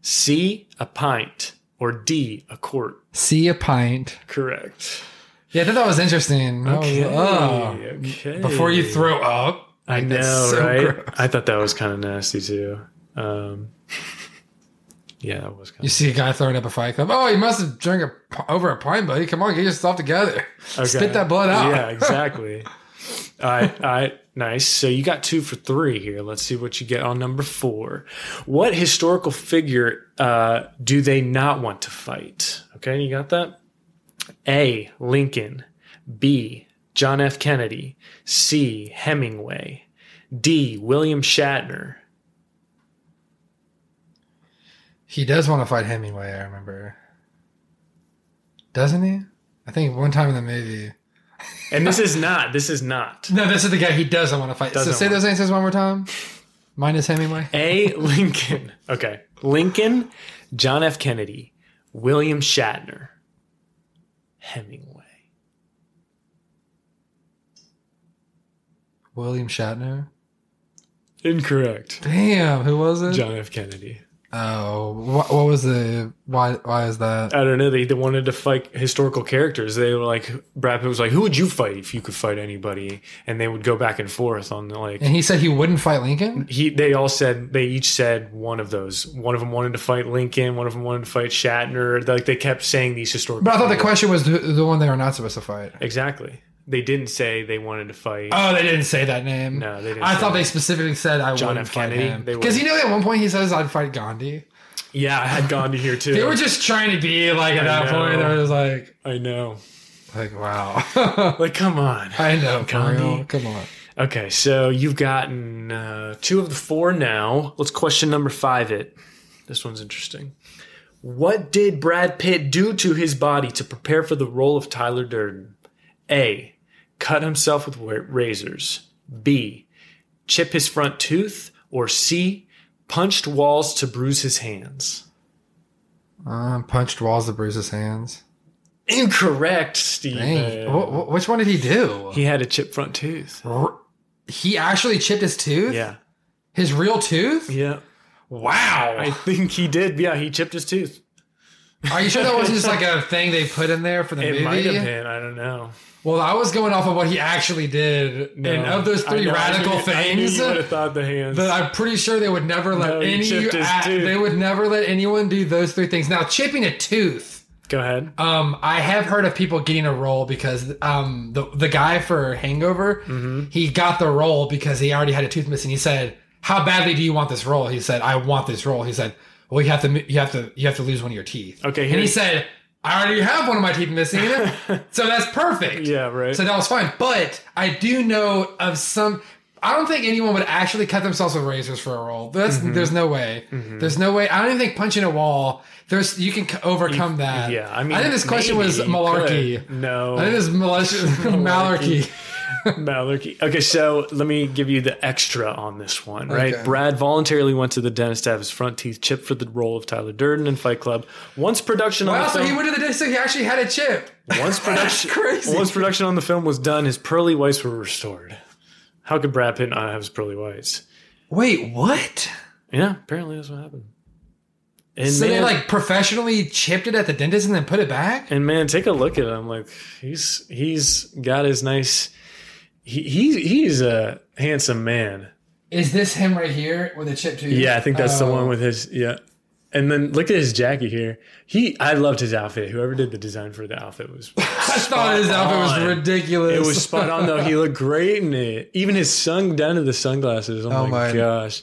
C, a pint. Or D, a quart.
See a pint.
Correct.
Yeah, I thought that was interesting. I was like, oh.
okay.
Before you throw up,
I
Like,
know,
that's so
right?
gross.
I thought that was kind of nasty too. Um, yeah, that was
You
kind
see a guy throwing up a fight club. Oh, you must have drank a, p- over a pint, buddy. Come on, get yourself together.
of
Spit that blood out.
Yeah, exactly. all right, all right, nice. So you got two for three here. Let's see what you get on number four. What historical figure uh, do they not want to fight? Okay, you got that. A. Lincoln. B. John F. Kennedy. C. Hemingway. D. William Shatner.
He does want to fight Hemingway, I remember. Doesn't he? I think one time in the movie.
And this is not. This is not.
No, this is the guy he doesn't want to fight.
Doesn't
so say
want-
those answers one more time. Minus Hemingway.
A. Lincoln. Okay. Lincoln, John F. Kennedy, William Shatner, Hemingway.
William Shatner.
Incorrect.
Damn, who was it?
John F. Kennedy.
Oh, what, what was the why? Why is that?
I don't know. They, they wanted to fight historical characters. They were like, Brad Pitt was like, who would you fight if you could fight anybody? And they would go back and forth on the like.
And he said he wouldn't fight Lincoln.
He, they all said they each said one of those. One of them wanted to fight Lincoln. One of them wanted to fight Shatner. Like they kept saying these historical.
But I thought the
figures.
question was the, the one they were not supposed to fight.
exactly. They didn't say they wanted to fight.
Oh, they didn't say that name.
no, they didn't.
I
say
thought
that.
they specifically said I
John
wouldn't
F.
fight
Kennedy,
him
they
because you know at one point he says I'd fight Gandhi.
Yeah, I had Gandhi here too.
They were just trying to be like at
I
that
know.
point. They were just like,
I know.
like wow.
Like, come on.
I know, for
Gandhi.
real. Come on.
Okay, so you've gotten uh, two of the four now. Let's question number five it. This one's interesting. What did Brad Pitt do to his body to prepare for the role of Tyler Durden? A. Cut himself with wa- razors. B. Chip his front tooth. Or C. Punched walls to bruise his hands.
Um, punched walls to bruise his hands.
Incorrect, Steve.
Dang. Oh. Wh- wh- which one did he do?
He had a chip front tooth.
R- He, actually chipped his tooth?
Yeah.
His real tooth?
Yeah.
Wow.
I think he did. Yeah, he chipped his tooth.
Are you sure that wasn't just like a thing they put in there for the
It might have
movie?
been. I don't know.
Well, I was going off of what he actually did.
No.
and of those
I
three
know, I
radical
knew- I knew
things,
you would have thought the hands.
that I'm pretty sure they would never let
No, he
any
chipped his
act-
tooth.
they would never let anyone do those three things. Now, chipping a tooth.
Go ahead.
Um, I have heard of people getting a role because um the the guy for Hangover
Mm-hmm.
he got the role because he already had a tooth missing. He said, "How badly do you want this role?" He said, "I want this role." He said, "Well, you have to mo- you have to you have to lose one of your teeth."
Okay,
and he
here's-
said, "I already have one of my teeth missing, so that's perfect."
Yeah, right.
So that was fine. But I do know of some. I don't think anyone would actually cut themselves with razors for a role. That's
Mm-hmm.
there's no way. There's no way. I don't even think punching a wall. There's you can c- overcome that.
yeah, I mean,
I think this question was
maybe you
malarkey.
could. No,
I think this is malarkey. malarkey.
malarkey. Okay, so let me give you the extra on this one. Right,
Okay.
Brad voluntarily went to the dentist to have his front teeth chipped for the role of Tyler Durden in Fight Club. Once production on
Wow,
the
so
film,
he went to the dentist. So he actually had a chip.
once production,
crazy.
once production on the film was done, his pearly whites were restored. How could Brad Pitt not have his pearly whites?
Wait, what?
Yeah, apparently that's what happened. And
So they
man-
like professionally chipped it at the dentist and then put it back.
And man, take a look at him. Like he's he's got his nice. He he he's a handsome man.
Is this him right here with a chip tooth?
Yeah, I think that's the
Oh.
one with his yeah. And then look at his jacket here. He I loved his outfit. Whoever did the design for the outfit was
Oh, I thought his outfit was
on.
ridiculous.
it was spot on though. He looked great in it. Even his sun down to the sunglasses. Oh,
Oh,
my
my.
gosh.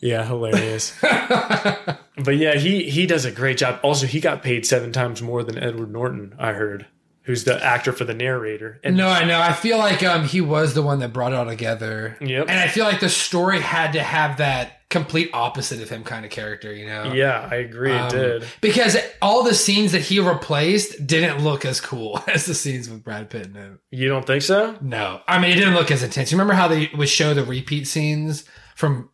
Yeah, hilarious. but yeah, he he does a great job. Also, he got paid seven times more than Edward Norton. I heard, who's the actor for the narrator. And
No, I know. I feel like um, he was the one that brought it all together.
Yep.
And I feel like the story had to have that complete opposite of him kind of character, you know?
yeah, I agree.
Um,
it did.
Because all the scenes that he replaced didn't look as cool as the scenes with Brad Pitt in it.
You don't think so?
No, I mean it didn't look as intense. You remember how they would show the repeat scenes from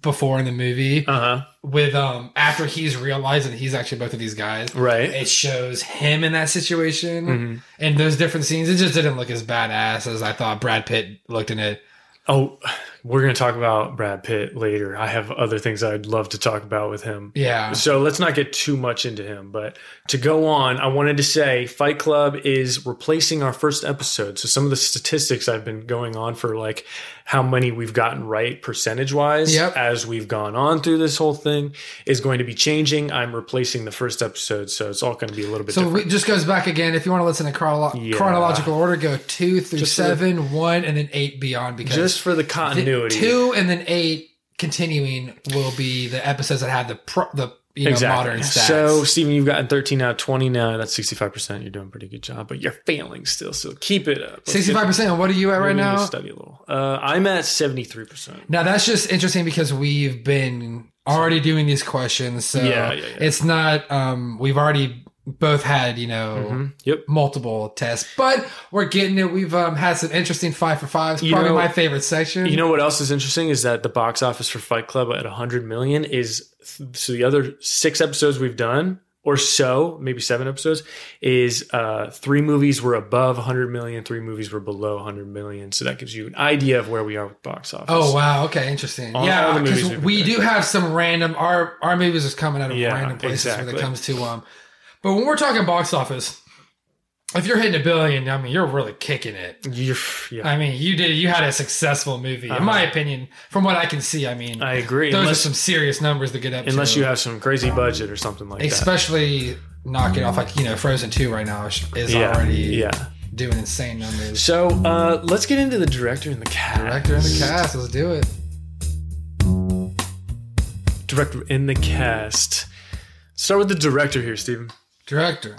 before in the movie
Uh huh.
with um after he's realized that he's actually both of these guys.
Right.
It shows him in that situation
Mhm.
and those different scenes. It just didn't look as badass as I thought Brad Pitt looked in it.
Oh, we're going to talk about Brad Pitt later. I have other things I'd love to talk about with him.
Yeah,
So let's not get too much into him. But to go on, I wanted to say Fight Club is replacing our first episode. So some of the statistics I've been going on for like how many we've gotten right percentage wise
Yep.
as we've gone on through this whole thing is going to be changing. I'm replacing the first episode. So it's all going to be a little bit
so
different.
it just goes back again. If you want to listen in chronolo-
Yeah.
chronological order, go two through
Just for the-
seven, one, and then eight beyond because
Just for the
the
continuity.
two and then eight continuing will be the episodes that have the pro- the you know modern stats.
So, Steven, you've gotten 13 out of 20 now. That's 65%. You're doing a pretty good job, but you're failing still. So keep it up. Let's get-
Sixty-five percent. and What are you at
we
right
need to
now?
Study a little. Uh, I'm at 73%.
Now that's just interesting because we've been already doing these questions, so
Yeah, yeah, yeah.
it's not. Um, we've already both had you know
Mhm.
Mm-hmm.
Yep.
multiple tests, but we're getting it. We've um, had some interesting five for fives.
You
probably
know-
my favorite section.
You know what else is interesting is that the box office for Fight Club at 100 million is so the other six episodes we've done or so, maybe seven episodes, is uh, three movies were above 100 million, three movies were below 100 million. So that gives you an idea of where we are with box office.
Oh wow! Okay, interesting.
All
yeah,
the movies
because
we've
we
been
do have some random our our movies is coming out of
Yeah,
random places when
exactly.
it comes to um. But when we're talking box office, if you're hitting a billion, I mean, you're really kicking it.
You're, yeah,
I mean, you did you had a successful movie, in my opinion, from what I can see. I mean,
Uh-huh. I, agree.
those are
Unless,
some serious numbers to get up.
unless
to.
you have some crazy budget or something like that.
especially knocking off like you know Frozen Two right now is is
Yeah.
already
Yeah.
doing insane numbers.
So uh, let's get into the director and the cast.
Director and the cast, let's do it.
Director in the cast. Start with the director here, Steven.
Director.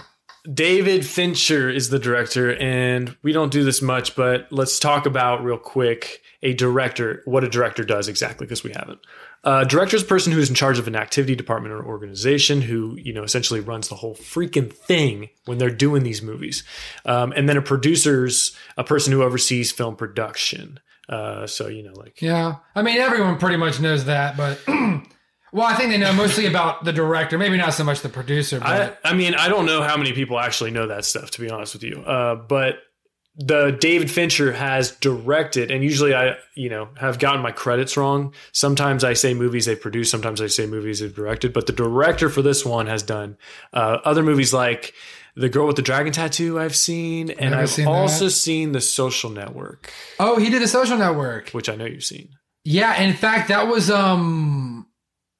David Fincher is the director, and we don't do this much, but let's talk about real quick a director, what a director does exactly, because we haven't. Uh, director is a person who is in charge of an activity department or organization who, you know, essentially runs the whole freaking thing when they're doing these movies. Um, and then a producer's a person who oversees film production. Uh, so, you know, like,
Yeah. I mean, everyone pretty much knows that, but well, I think they know mostly about the director, maybe not so much the producer,
I,
but
I mean, I don't know how many people actually know that stuff, to be honest with you. Uh, but the David Fincher has directed, and usually I, you know, have gotten my credits wrong. Sometimes I say movies they produced, sometimes I say movies they've directed. But the director for this one has done uh, other movies like The Girl with the Dragon Tattoo. I've seen, and
Never
I've
seen that.
also seen The Social Network,
oh, he did a social network.
which I know you've seen.
Yeah, in fact, that was um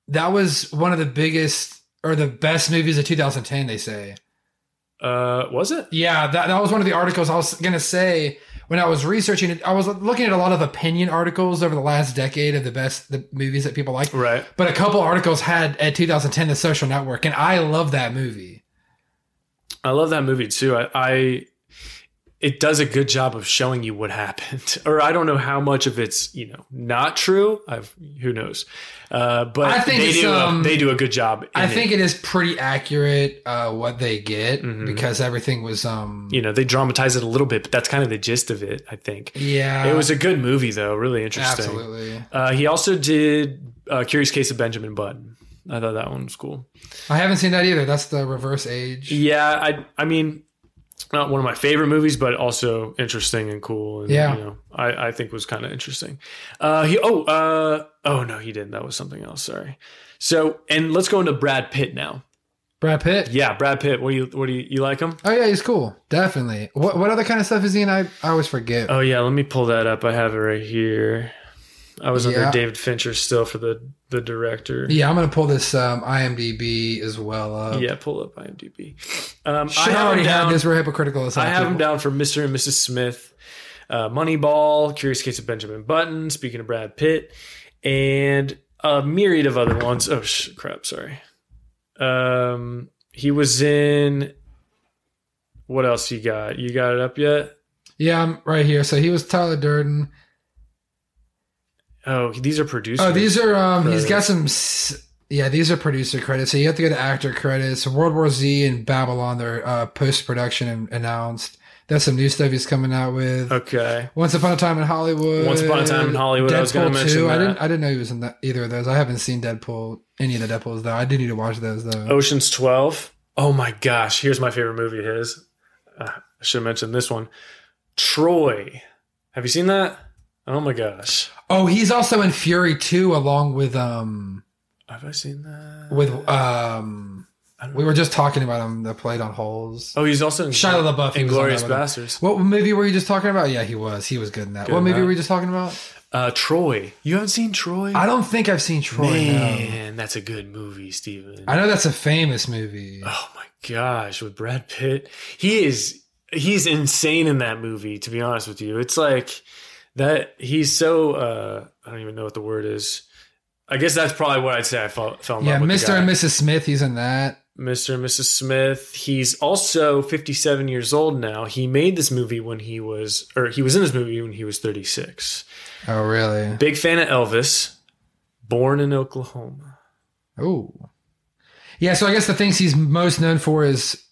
that was one of the biggest or the best movies of 2010, they say.
Uh, was it?
Yeah, that, that was one of the articles I was gonna say when I was researching it. I was looking at a lot of opinion articles over the last decade of the best the movies that people like.
Right.
But a couple articles had at 2010 the social network, and I love that movie.
I love that movie too. I, I it does a good job of showing you what happened, or I don't know how much of it's you know not true. I've who knows, uh, but
I think
they
it's,
do
um,
a, they do a good job. in
I
it.
think it is pretty accurate uh, what they get
Mhm.
because everything was um
you know they dramatize it a little bit, but that's kind of the gist of it. I think
yeah
it was a good movie though, really interesting.
absolutely.
Uh, he also did uh, Curious Case of Benjamin Button. I thought that one was cool.
I haven't seen that either. That's the reverse age. Yeah,
Yeah, I I mean, not one of my favorite movies, but also interesting and cool. And,
Yeah.
you know, I I think was kind of interesting. Uh, he oh uh oh no, he didn't. That was something else. Sorry. So and let's go into Brad Pitt now.
Brad Pitt.
Yeah, Brad Pitt. What do you what do you, you like him?
Oh yeah, he's cool. Definitely. What what other kind of stuff is he in? I I always forget.
Oh yeah, let me pull that up. I have it right here. I was
Yeah.
under David Fincher still for the the director.
yeah, I'm gonna pull this um, IMDb as well. Up.
Yeah, pull up IMDb. Um,
Should
him
already have
down-
this. We're hypocritical. as
I have him
people.
down for Mr. and Mrs. Smith, uh, Moneyball, Curious Case of Benjamin Button, speaking of Brad Pitt, and a myriad of other ones. Oh, sh- crap, sorry. Um, he was in What else you got? You got it up yet?
Yeah, I'm right here. So he was Tyler Durden.
Oh, these are producers.
Oh, these are um. He's got
Credits.
some. s- Yeah, these are producer credits. So you have to go to actor credits. World War Z and Babylon. They're uh, post production announced. That's some new stuff he's coming out with.
okay.
Once upon a time in Hollywood.
Once upon a time in Hollywood. I was going to mention
I
that.
didn't. I didn't know he was in that, either of those. I haven't seen Deadpool. Any of the Deadpool's though. I do need to watch those though.
Ocean's Twelve. Oh my gosh! Here's my favorite movie. of His. Uh, I should have mentioned this one. Troy. Have you seen that? Oh my gosh.
Oh, he's also in Fury 2 along with um
Have I seen that?
with um
I don't
we were just talking about him that played on holes.
Oh, he's also in
Shia LaBeouf he was on
Inglorious
that one.
Bastards.
What movie were you just talking about? Yeah, he was. He was good in that.
Good
what
in
movie
that.
were you just talking about?
Uh, Troy. You haven't seen Troy?
I don't think I've seen Troy. No.
Man, that's a good movie, Steven.
I know that's a famous movie.
Oh my gosh, with Brad Pitt. He is he's insane in that movie, to be honest with you. It's like that he's so uh I don't even know what the word is. I guess that's probably what I'd say I fell, fell in
Yeah,
love with.
Mr. and Mrs. Smith, he's in that.
Mr. and Mrs. Smith. He's also 57 years old now. He made this movie when he was or he was in this movie when he was 36.
Oh, really?
Big fan of Elvis. Born in Oklahoma.
Oh. Yeah, so I guess the things he's most known for is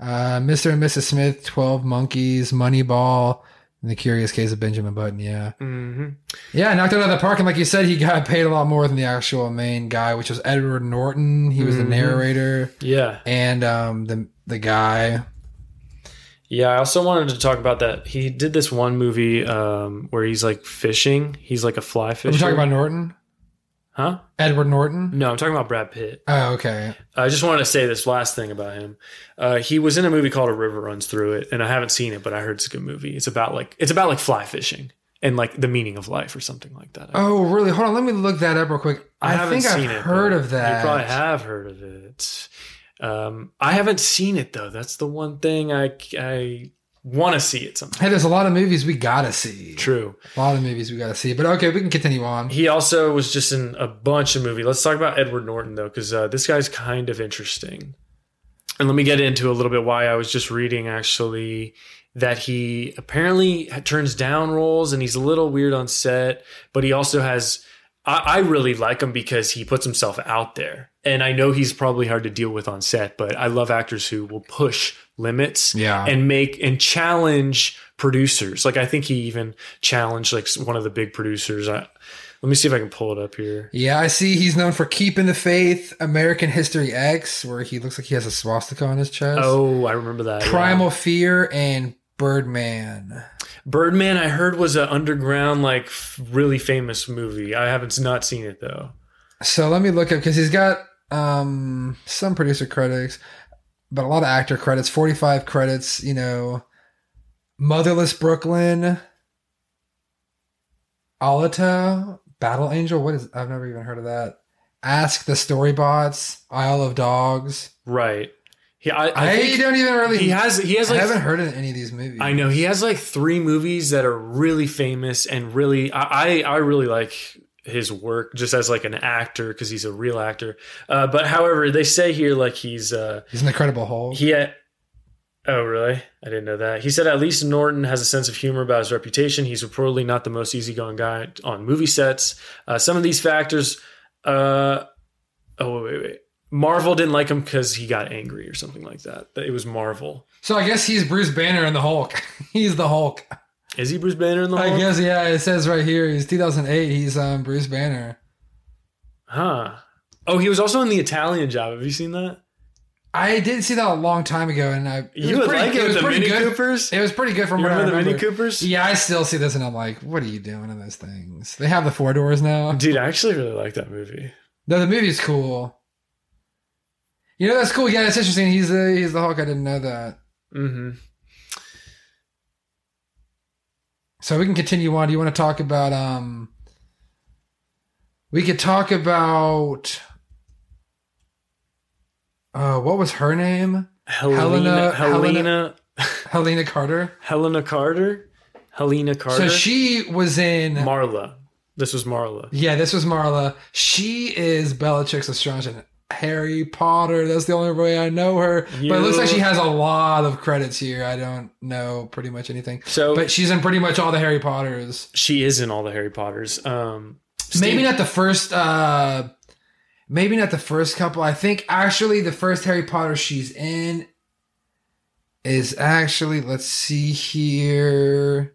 uh, Mr. and Mrs. Smith, 12 Monkeys, Moneyball, and The Curious Case of Benjamin Button, yeah. Mm-hmm.
hmm
Yeah, knocked it out of the park, and like you said, he got paid a lot more than the actual main guy, which was Edward Norton. He was
Mhm.
the narrator
Yeah.
and um, the the guy.
Yeah, I also wanted to talk about that. He did this one movie um, where he's like fishing. He's like a fly
Are
fisher. Mm.
we talking about Norton?
huh?
Edward Norton.
No, I'm talking about Brad Pitt.
Oh, okay.
I just wanted to say this last thing about him. Uh, he was in a movie called A River Runs Through It, and I haven't seen it, but I heard it's a good movie. It's about like it's about like fly fishing and like the meaning of life or something like that.
Oh, really? Hold on, let me look that up real quick. I, think I've heard
but
of that.
You probably have heard of it. Um, I haven't seen it though. That's the one thing I I want to see it sometime.
Hey, there's a lot of movies we gotta see.
True.
A lot of movies we gotta see. But okay, we can continue on.
He also was just in a bunch of movies. Let's talk about Edward Norton though, because uh, this guy's kind of interesting. And let me get into a little bit why I was just reading actually that he apparently turns down roles and he's a little weird on set, but he also has. I, I really like him because he puts himself out there, and I know he's probably hard to deal with on set, but I love actors who will push limits
Yeah.
and make and challenge producers. Like I think he even challenged like one of the big producers. I, let me see if I can pull it up here.
yeah, I see. He's known for Keeping the Faith, American History X, where he looks like he has a swastika on his chest.
Oh, I remember that. yeah.
Primal Fear and Birdman.
Birdman. I heard was an underground, like f- really famous movie. I haven't s- not seen it though.
So let me look up because he's got um some producer credits, but a lot of actor credits. Forty five credits, you know. Motherless Brooklyn, Alita, Battle Angel. What is? I've never even heard of that. Ask the Storybots, Isle of Dogs.
Right. He, I,
I,
I think
don't even really.
he has. He has
I
like.
haven't heard of any of these movies.
I know he has like three movies that are really famous and really I I, I really like his work just as like an actor because he's a real actor. Uh, but however, they say here like he's uh,
He's an Incredible Hulk.
He had, oh really? I didn't know that. He said at least Norton has a sense of humor about his reputation. He's reportedly not the most easygoing guy on movie sets. Uh, some of these factors. Uh, oh wait, wait, wait. Marvel didn't like him because he got angry or something like that. It was Marvel.
so I guess he's Bruce Banner in the Hulk. he's the Hulk.
Is he Bruce Banner in the?
I
Hulk?
guess yeah. It says right here he's 2008. He's um Bruce Banner.
Huh. Oh, he was also in the Italian Job. Have you seen that?
I did see that a long time ago, and I it
You would like it, with the Mini
good.
Coopers.
It was pretty good from
You
what I
remember the
remember.
Mini Coopers?
Yeah, I still see this, and I'm like, what are you doing in those things? They have the four doors now.
Dude, I actually really like that movie.
No, the movie's cool. You know that's cool. Yeah, it's interesting. He's the he's the Hulk. I didn't know that.
hmm
So we can continue on. Do you want to talk about um? We could talk about. Uh, what was her name?
Helena,
Helena-
Helena,
Helena Carter.
Helena Carter. Helena Carter.
So she was in
Marla. This was Marla.
Yeah, this was Marla. She is Bellatrix Lestrange in Harry Potter. That's the only way I know her. But it looks like
You-
she has a lot of credits here. I don't know pretty much anything.
So
But she's in pretty much all the Harry Potters.
she is in all the Harry Potters. Um,
Maybe
Steve-
not the first uh maybe not the first couple. I think actually the first Harry Potter she's in is actually let's see here.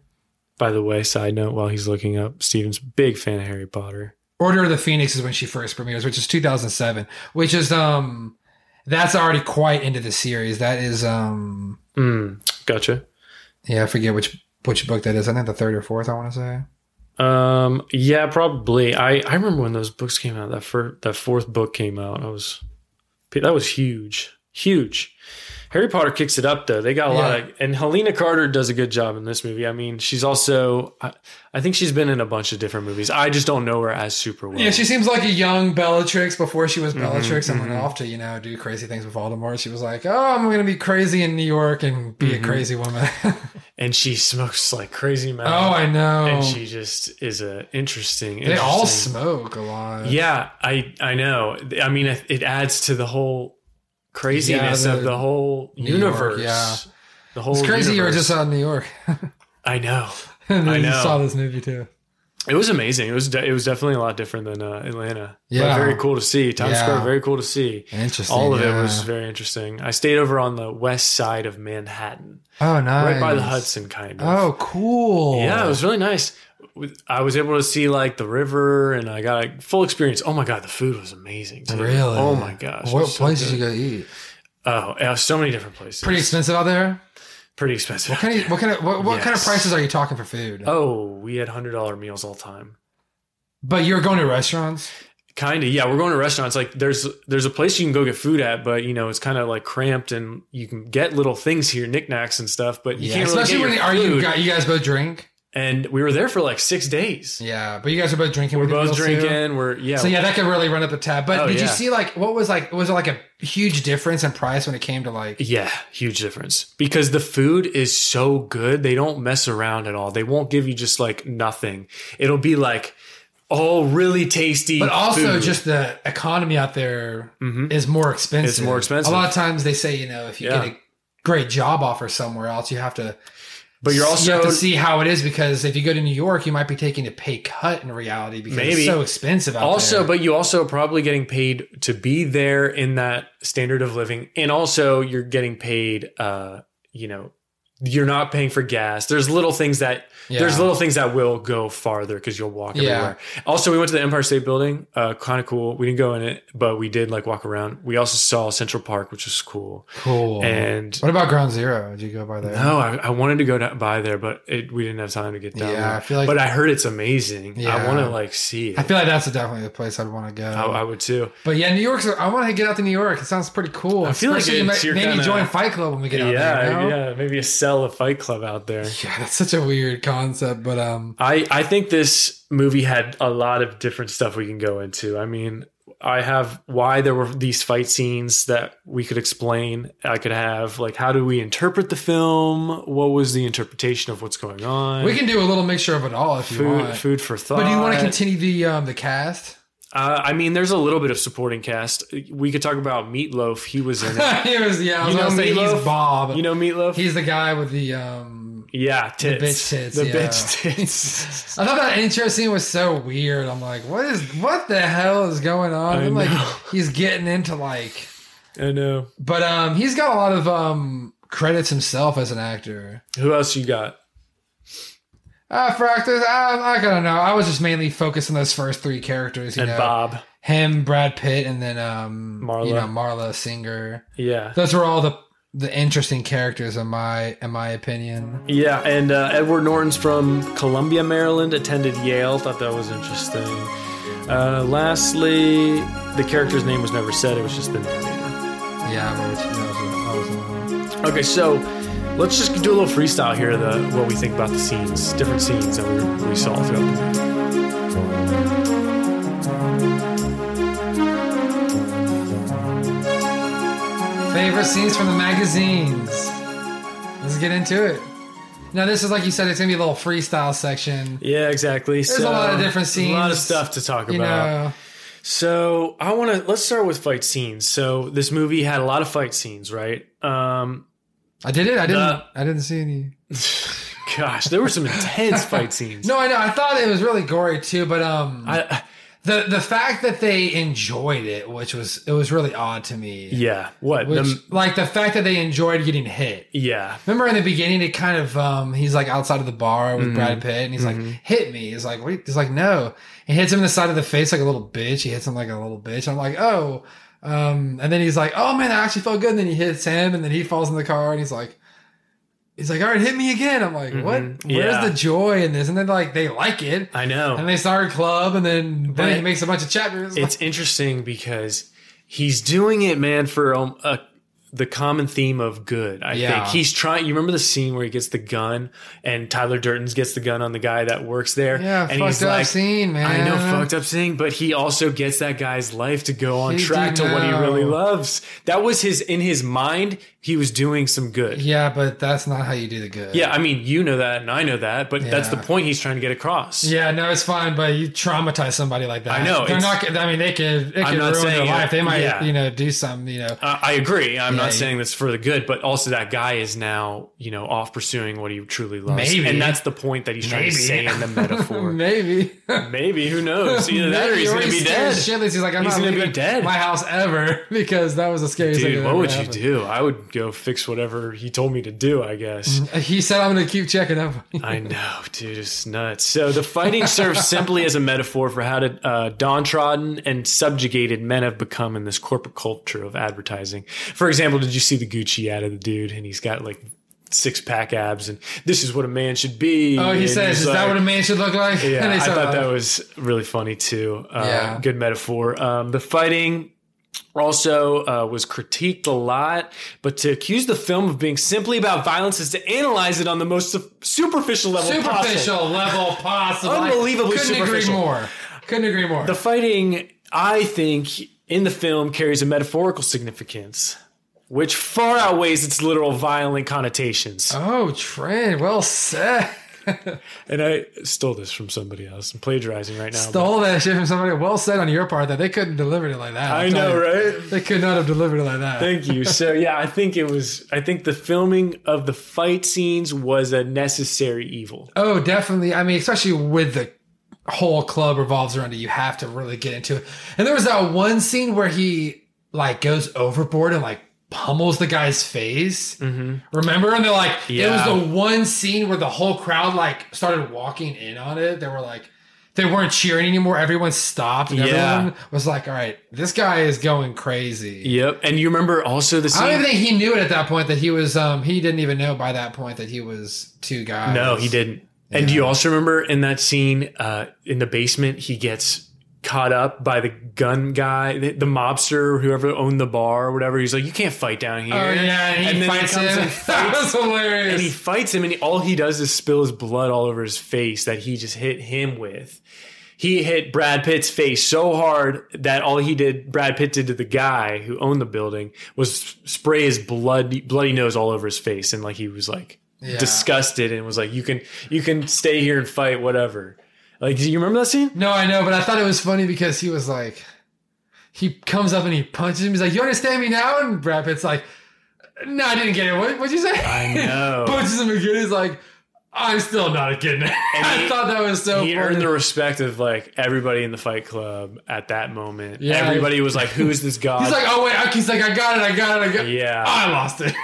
By the way, side note while he's looking up, Steven's big fan of Harry Potter.
Order of the Phoenix is when she first premieres, which is 2007, which is um that's already quite into the series. That is um
Mm, gotcha.
yeah, I forget which which book that is. I think the third or fourth, I want to say.
Um, yeah, probably. I, I remember when those books came out. That first, that fourth book came out. I was that was huge, huge. Harry Potter kicks it up though. They got a lot of, and Helena Carter does a good job in this movie. I mean, she's also, I, I think she's been in a bunch of different movies. I just don't know her as super well.
Yeah, she seems like a young Bellatrix before she was
Mhm,
Bellatrix and
mhm.
went off to, you know, do crazy things with Voldemort. She was like, oh, I'm going to be crazy in New York and be
Mhm.
a crazy woman.
and she smokes like crazy
oh,
amount.
I know.
and she just is a interesting.
they all
interesting-
smoke a lot.
Yeah, I I know. I mean, it it adds to the whole craziness
Yeah, the-
of the whole
New York,
universe.
yeah.
the whole
It's crazy you were
universe.
just uh, out in New York.
I know.
and
I
then you
know.
saw this movie too.
It was amazing. It was de- it was definitely a lot different than uh, Atlanta. But
Yeah.
very cool to see. Times
Yeah.
Square, very cool to see.
Interesting.
All of
yeah.
it was very interesting. I stayed over on the west side of Manhattan,
Oh, nice.
right by the Hudson, kind of.
Oh, cool.
Yeah, it was really nice. With- I was able to see like the river, and I got a full experience. Oh my god, the food was amazing. too.
Really?
Oh my gosh.
What
it was so
place did
good.
you go eat?
Oh, yeah, so many different places.
Pretty expensive out there.
pretty expensive.
What kind of what kind of what, what kind of
Yes.
prices are you talking for food?
oh, we had hundred dollar meals all time.
But you're going to restaurants.
Kinda, yeah. We're going to restaurants. Like there's there's a place you can go get food at, but you know it's kind of like cramped, and you can get little things here, knickknacks and stuff, but you
Yeah,
can't really
especially
get
when
your
are you
food.
guys, you guys both drink?
and we were there for like six days.
Yeah, but you guys are both drinking.
We're
with your
both
meals, too?
drinking. We're yeah.
So yeah, that could really run up the tab. But
Oh,
did you
yeah.
see like what was like was it like a huge difference in price when it came to like
Yeah, huge difference because the food is so good. They don't mess around at all. They won't give you just like nothing. It'll be like all really tasty,
but also
food.
just the economy out there is
Mhm.
more expensive.
It's more expensive.
A lot of times they say, you know, if you
Yeah.
get a great job offer somewhere else, you have to
But you're
you
also
have to see how it is because if you go to New York, you might be taking a pay cut in reality because
Maybe.
it's so expensive out
also
there.
but you also are probably getting paid to be there in that standard of living and also you're getting paid uh you know you're not paying for gas there's little things that
Yeah.
there's little things that will go farther because you'll walk
Yeah.
everywhere also we went to the empire state building uh kind of cool we didn't go in it but we did like walk around we also saw central park which was cool
cool.
and
what about Ground Zero? Did you go by there?
no I, I wanted to go to, by there but it, we didn't have time to get down
Yeah,
there.
I feel like
but i heard it's amazing i
Yeah.
want to like see it
I feel like that's definitely the place I'd want to go.
I, I would too
But yeah, New York's. I want to get out to New York. It sounds pretty cool.
I feel like
Especially
it's
ma-
your
maybe
kinda-
join Fight Club when we get out
yeah,
there. you know?
yeah, maybe a sell a Fight Club out there.
yeah, that's such a weird concept, but um,
I I think this movie had a lot of different stuff we can go into. I mean, I have why there were these fight scenes that we could explain. I could have like how do we interpret the film? What was the interpretation of what's going on?
we can do a little mixture of it all if you
food
want.
food for thought.
But do you want to continue the um the cast?
Uh, I mean, there's a little bit of supporting cast. We could talk about Meatloaf. He was in it.
he was yeah. I was
You
gonna
know
say
Meatloaf?
he's Bob.
you know Meatloaf?
he's the guy with the um.
yeah, tits.
bitch tits,
The
yeah.
bitch tits.
I thought that intro scene was so weird. I'm like, what is what the hell is going on?
I
I'm like,
know.
he's getting into like,
I know.
but um, he's got a lot of um credits himself as an actor.
Who else you got?
Uh, for actors, I, I don't know. I was just mainly focused on those first three characters, you
and
know,
Bob.
him, Brad Pitt, and then um,
Marla.
you know, Marla Singer.
Yeah.
Those were all the the interesting characters in my in my opinion.
Yeah, and uh, Edward Norton's from Columbia, Maryland, attended Yale. Thought that was interesting. Uh, lastly, the character's name was never said. It was just the narrator.
Yeah, I was, I was, I was
Okay, so let's just do a little freestyle here. The what we think about the scenes, different scenes that we, we saw throughout the movie.
Favorite scenes from the magazines. Let's get into it. Now, this is like you said, it's gonna be a little freestyle section.
Yeah, exactly. There's
a lot of different
A lot of
scenes,
stuff to talk
You
about.
know,
So I want to let's start with fight scenes. So this movie had a lot of fight scenes, right? Um,
I did it. I didn't.
Uh,
I didn't see any.
gosh, there were some intense fight scenes.
No, I know. I thought it was really gory too, but um,
I,
the the fact that they enjoyed it, which was it was really odd to me.
yeah, what?
Which,
The-
like the fact that they enjoyed getting hit.
yeah,
Remember in the beginning, it kind of um, he's like outside of the bar with
Mhm.
Brad Pitt, and he's
Mhm.
like, "Hit me!" He's like, "Wait," he's like, "No." He hits him in the side of the face like a little bitch. He hits him like a little bitch. I'm like, "Oh," um, and then he's like, "Oh man, I actually felt good." And then he hits him, and then he falls in the car, and he's like, "He's like, all right, hit me again." I'm like,
Mhm.
"What? Where's
Yeah.
the joy in this?" And then like they like it,
I know.
and they start a club, and then then
But-
he makes a bunch of chapters.
it's interesting because he's doing it, man, for um, uh, the common theme of good. I
Yeah.
think he's trying. You remember the scene where he gets the gun and Tyler Durden's gets the gun on the guy that works there,
yeah,
and
fucked
he's
up
like.
scene, man.
I know fucked up thing, but he also gets that guy's life to go on
He
track
did
to what he
know.
really loves. That was his in his mind, he was doing some good. Yeah,
Yeah, but that's not how you do the good.
I mean, you know that and I know that, but that's the
Yeah.
point he's trying to get across.
Yeah, no, it's fine, but you traumatize somebody like that.
I know,
They're
it's-
not. I mean, they could. It
I'm
could
not
ruin their
saying it-
life. They might,
yeah.
you know, do some. You know,
Uh, I agree. I'm
Yeah,
not
you-
saying that's for the good, but also that guy is now, you know, off pursuing what he truly loves.
Maybe.
And that's the point that he's trying to
Maybe.
say in the metaphor.
maybe.
Maybe, who knows? Either that or
Maybe,
he's going to
he's
be
scared
dead.
Shitless. He's like, I'm
He's
not
gonna be
leaving
dead.
my house ever because that was the scariest thing.
Dude,
that
what
ever
would
happened.
you do? I would go fix whatever he told me to do, I guess.
He said, "I'm going to keep checking up." on you."
I know, dude, it's nuts. So the fighting serves simply as a metaphor for how to, uh, downtrodden and subjugated men have become in this corporate culture of advertising. For example, did you see the Gucci ad of the dude and he's got like six pack abs and this is what a man should be?
Oh, he
and
says,
he's
"Is that
like-
what a man should look like?"
yeah,
And they
I
said,
thought that
"Oh."
was really funny too. Uh,
Yeah.
Good metaphor. Um, the fighting also uh, was critiqued a lot, but to accuse the film of being simply about violence is to analyze it on the most su- superficial level
superficial
possible.
level possible.
Unbelievably
couldn't agree
superficial.
more. Couldn't agree more.
The fighting, I think, in the film carries a metaphorical significance, which far outweighs its literal violent connotations.
oh, Trent, well said.
And I stole this from somebody else. I'm plagiarizing right now. but-
Stole that shit from somebody. Well said on your part that they couldn't deliver it like that.
I
I'm telling
know,
you.
right?
They could not have delivered it like that.
Thank you. So yeah, I think it was. I think the filming of the fight scenes was a necessary evil.
oh, definitely. I mean, especially with the whole club revolves around it, you have to really get into it. And there was that one scene where he like goes overboard and like pummels the guy's face.
Mm-hmm.
Remember? And they're like, it was
Yeah.
the one scene where the whole crowd like started walking in on it. They were like, they weren't cheering anymore. Everyone stopped. And
Yeah.
Everyone was like, all right, this guy is going crazy.
Yep. And you remember also the
I don't even
scene?
think he knew it at that point that he was um he didn't even know by that point that he was two guys.
No, he didn't. And do you also remember in that scene uh, in the basement, he gets caught up by the gun guy, the, the mobster, whoever owned the bar or whatever. He's like, "You can't fight down here."
Oh yeah, and he
And then he
fights
comes
him.
and fights-
that was
and he
hilarious.
fights him, and he- all he does is spill his blood all over his face that he just hit him with. He hit Brad Pitt's face so hard that all he did, Brad Pitt did to the guy who owned the building, was spray his blood, bloody nose all over his face, and like he was like
Yeah.
disgusted and was like, "You can, you can stay here and fight whatever." Like, do you remember that scene?
no, I know, but I thought it was funny because he was like, he comes up and he punches him. He's like, "You understand me now?" And Brad Pitt's like, "No, I didn't get it. What, what'd you say?"
I know.
punches him again. He's like, "I'm still not getting it."
And
I
he-
thought that was so.
he
funny.
earned the respect of like everybody in the Fight Club at that moment.
Yeah.
everybody was like, "Who is this god?"
He's like, "Oh wait," I- he's like, "I got it. I got it. I got." it.
yeah,
I lost it.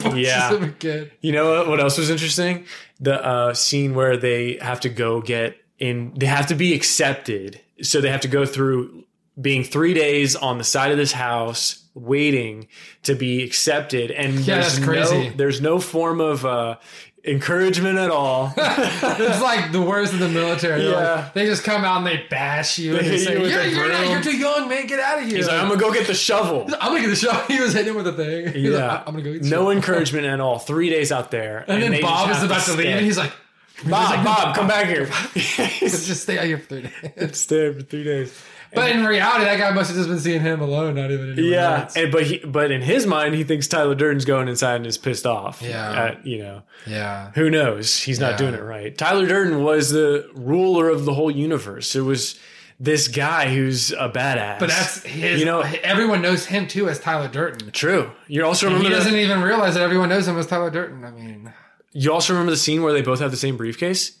punches
Yeah.
him again.
You know what, what else was interesting? The uh, scene where they have to go get in, they have to be accepted. So they have to go through being three days on the side of this house waiting to be accepted. And
Yeah,
there's,
that's crazy.
No, there's no form of uh, encouragement at all.
it's like the worst of the military. They're
Yeah.
like- they just come out and they bash you. And
They
they
hit
say,
you with
you're,
a
you're, not,
broom.
you're too young, man. Get out of here.
He's like, I'm going to go get the shovel.
I'm gonna get the shot. He was hitting him with a thing. He's like,
Yeah.
"I- I'm gonna go get the
No
shot."
encouragement at all. Three days out there.
And then
they just
Bob is
have
about to leave,
stay.
and he's like,
Bob,
he's like,
Bob, come back here.
Just stay out here for three days.
Stay for three days.
But in reality, that guy must have just been seeing him alone, not even anyone
Yeah,
else.
and, but he, but in his mind, he thinks Tyler Durden's going inside and is pissed off.
Yeah.
at, you know
yeah.
who knows? He's not
Yeah.
doing it right. Tyler Durden was the ruler of the whole universe. It was this guy who's a badass.
But that's his.
You know-
everyone knows him too as Tyler Durden.
true. You also
And he
remember
doesn't
the,
even realize that everyone knows him as Tyler Durden. I mean,
you also remember the scene where they both have the same briefcase?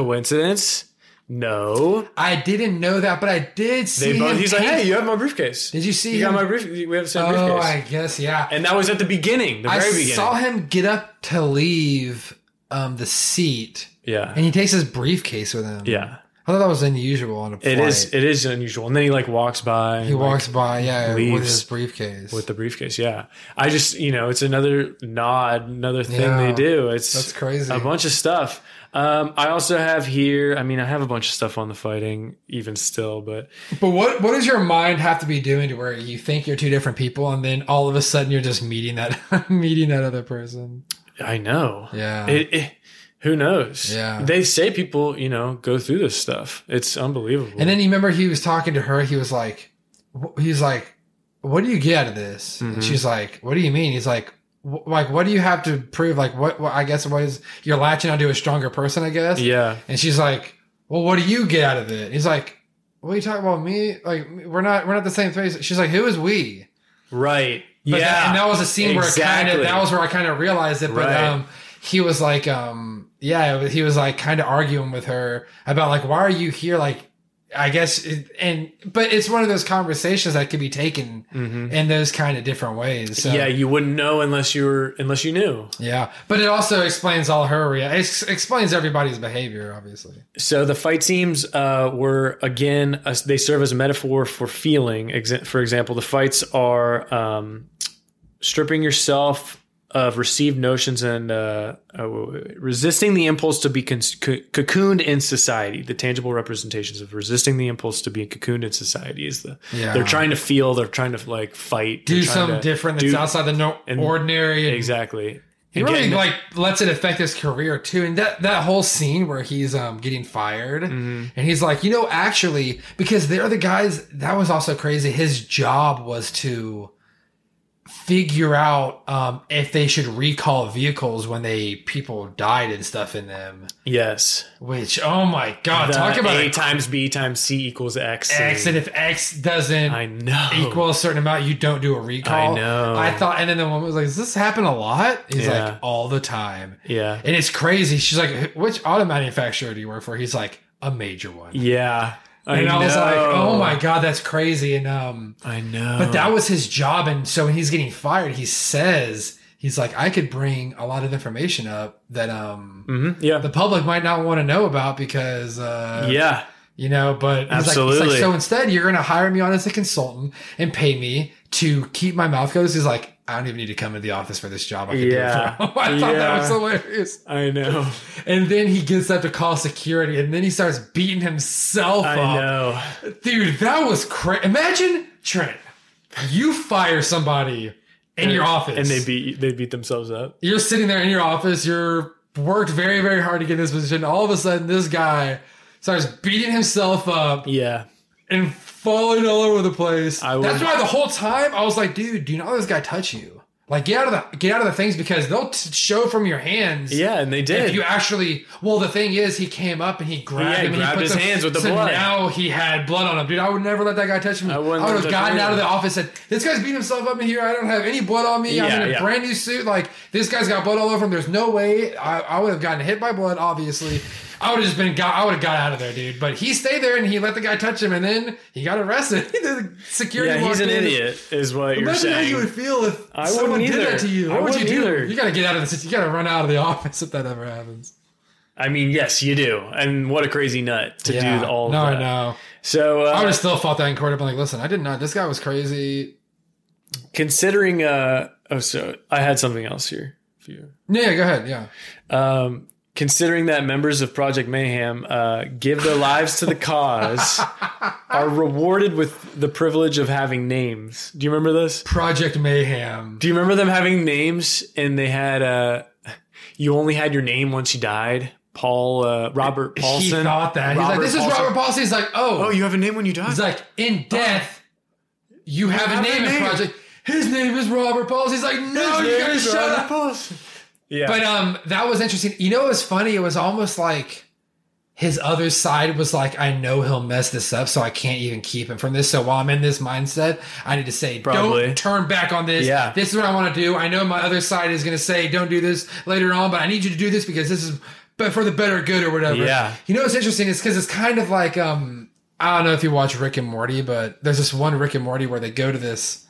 Coincidence? No.
I didn't know that, but I did see
They both
him.
he's like,
paint-
"Hey, you have my briefcase."
did you see
You got
him?
my brief. We have the same
oh,
briefcase.
I guess yeah.
and that was at the beginning, the
I
very beginning.
saw him get up to leave um, the seat,
Yeah,
and he takes his briefcase with him.
yeah.
I thought that was unusual on a flight.
It is. It is unusual. And then he like walks by.
He
and, like,
walks by, yeah, with
leaves
his briefcase.
with the briefcase. Yeah, I just you know it's another nod, another thing
Yeah.
they do. It's
That's crazy.
A bunch of stuff. Um, I also have here. I mean, I have a bunch of stuff on the fighting, even still. But
but what what does your mind have to be doing to where you think you're two different people, and then all of a sudden you're just meeting that meeting that other person?
I know.
Yeah.
It, it, who knows?
Yeah.
They say people, you know, go through this stuff. It's unbelievable.
And then you remember he was talking to her. He was like, wh- he's like, what do you get out of this?
Mhm.
And she's like, what do you mean? He's like, "Wh- like, what do you have to prove? Like, what, what I guess what is you're latching onto a stronger person, I guess.
yeah,
And she's like, well, what do you get out of it? He's like, what are you talking about? Me? Like, we're not, we're not the same face. She's like, who is we?
right.
But
yeah,
that- and that was a scene where it kind
exactly.
of, that was where I kind of realized it. But,
Right.
um, he was like, um, yeah, he was like kind of arguing with her about like, why are you here? Like, I guess, it, and, but it's one of those conversations that could be taken
Mhm.
in those kind of different ways. So,
yeah. You wouldn't know unless you were unless you knew.
Yeah. But it also explains all her, rea- it ex- explains everybody's behavior, obviously.
So the fight scenes uh, were again uh, they serve as a metaphor for feeling. Exa- For example, the fights are um, stripping yourself of received notions and uh, uh, wait, wait, wait. resisting the impulse to be con- co- cocooned in society. The tangible representations of resisting the impulse to be cocooned in society is the
Yeah.
they're trying to feel, they're trying to like fight,
do
they're trying
something
to
different
do-
that's outside the no-
and-
ordinary. and-
Exactly.
He really
Again,
like lets it affect his career too. And that that whole scene where he's um getting fired
mhm.
and he's like, you know, actually, because they're the guys that was also crazy. His job was to figure out um if they should recall vehicles when they people died and stuff in them.
yes.
Which oh my god,
The
talk about
A
a
times B times C equals X.
X and if X doesn't
I know.
equal a certain amount, you don't do a recall.
I know.
I thought, and then the woman was like, "Does this happen a lot?" He's
Yeah.
like, "All the time,"
Yeah.
and it's crazy. She's like, "Which auto manufacturer do you work for?" He's like, "A major one."
Yeah.
and I, was like,
know.
"Oh my god, that's crazy!" And um,
I know.
but that was his job, and so when he's getting fired, he says he's like, "I could bring a lot of information up that um."
Mhm. Yeah.
The public might not want to know about because uh,
yeah.
you know but he's like, he's like
Absolutely.
so instead you're gonna hire me on as a consultant and pay me to keep my mouth closed he's like i don't even need to come to the office for this job i can
Yeah.
do it from- i thought that was
Yeah.
hilarious
I know.
and then he gets up to call security and then he starts beating himself
I
up
know.
dude that was crazy imagine trent you fire somebody in your office
and they beat they beat themselves up.
you're sitting there in your office, you're worked very, very hard to get in this position. All of a sudden, this guy starts beating himself up
Yeah.
and falling all over the place.
I would-
That's why the whole time I was like, dude, do not let this guy touch you. Like, get out of the get out of the things because they'll t- show from your hands.
Yeah, and they
If
did.
you actually, well, the thing is, he came up and he grabbed
Yeah, he
him.
grabbed
and he
his
put
hands with the
so
blood.
Now he had blood on him, dude. I would never let that guy touch me.
I
I would
wouldn't let
have
him touch
gotten
me
out of the
either.
office and this guy's beating himself up in here. I don't have any blood on me. I'm
Yeah,
in a
yeah.
brand new suit. Like this guy's got blood all over him. There's no way I, I would have gotten hit by blood. Obviously, I would have just been got. I would have got out of there, dude. But he stayed there and he let the guy touch him, and then he got arrested. the security.
yeah, he's
walked
an
in.
idiot, is what you're
Imagine how
saying.
you would feel if
I
someone
wouldn't
did
either.
that to you.
I
What would you
wouldn't
do?
either.
You gotta get out of the. You gotta run out of the office if that ever happens.
I mean, yes, you do. And what a crazy nut to do all of
no,
that.
no.
So uh,
I would have still fought that in court. I've been like, listen, I did not. This guy was crazy.
considering uh oh so I had something else here for you.
No, yeah, go ahead. Yeah.
Um, considering that members of Project Mayhem uh, give their lives to the cause, are rewarded with the privilege of having names. Do you remember this?
Project Mayhem.
Do you remember them having names and they had uh, you only had your name once you died? Paul uh, Robert Paulson.
He thought that.
Robert
He's like, this is
Paulson.
Robert Paulson. He's like, oh.
Oh, you have a name when you die.
He's like, in death, you have,
have
a name
a
in
name.
Project. His name is Robert Paulson. He's like, no, you gotta shut up. uh,
Paulson. Yeah,
But um, that was interesting. You know, it was funny. It was almost like his other side was like, I know he'll mess this up, so I can't even keep him from this. So while I'm in this mindset, I need to say,
Probably.
don't turn back on this.
Yeah.
This is what I want to do. I know my other side is going to say, don't do this later on, but I need you to do this because this is but for the better good or whatever.
Yeah.
You know what's interesting is because it's kind of like, um, I don't know if you watch Rick and Morty, but there's this one Rick and Morty where they go to this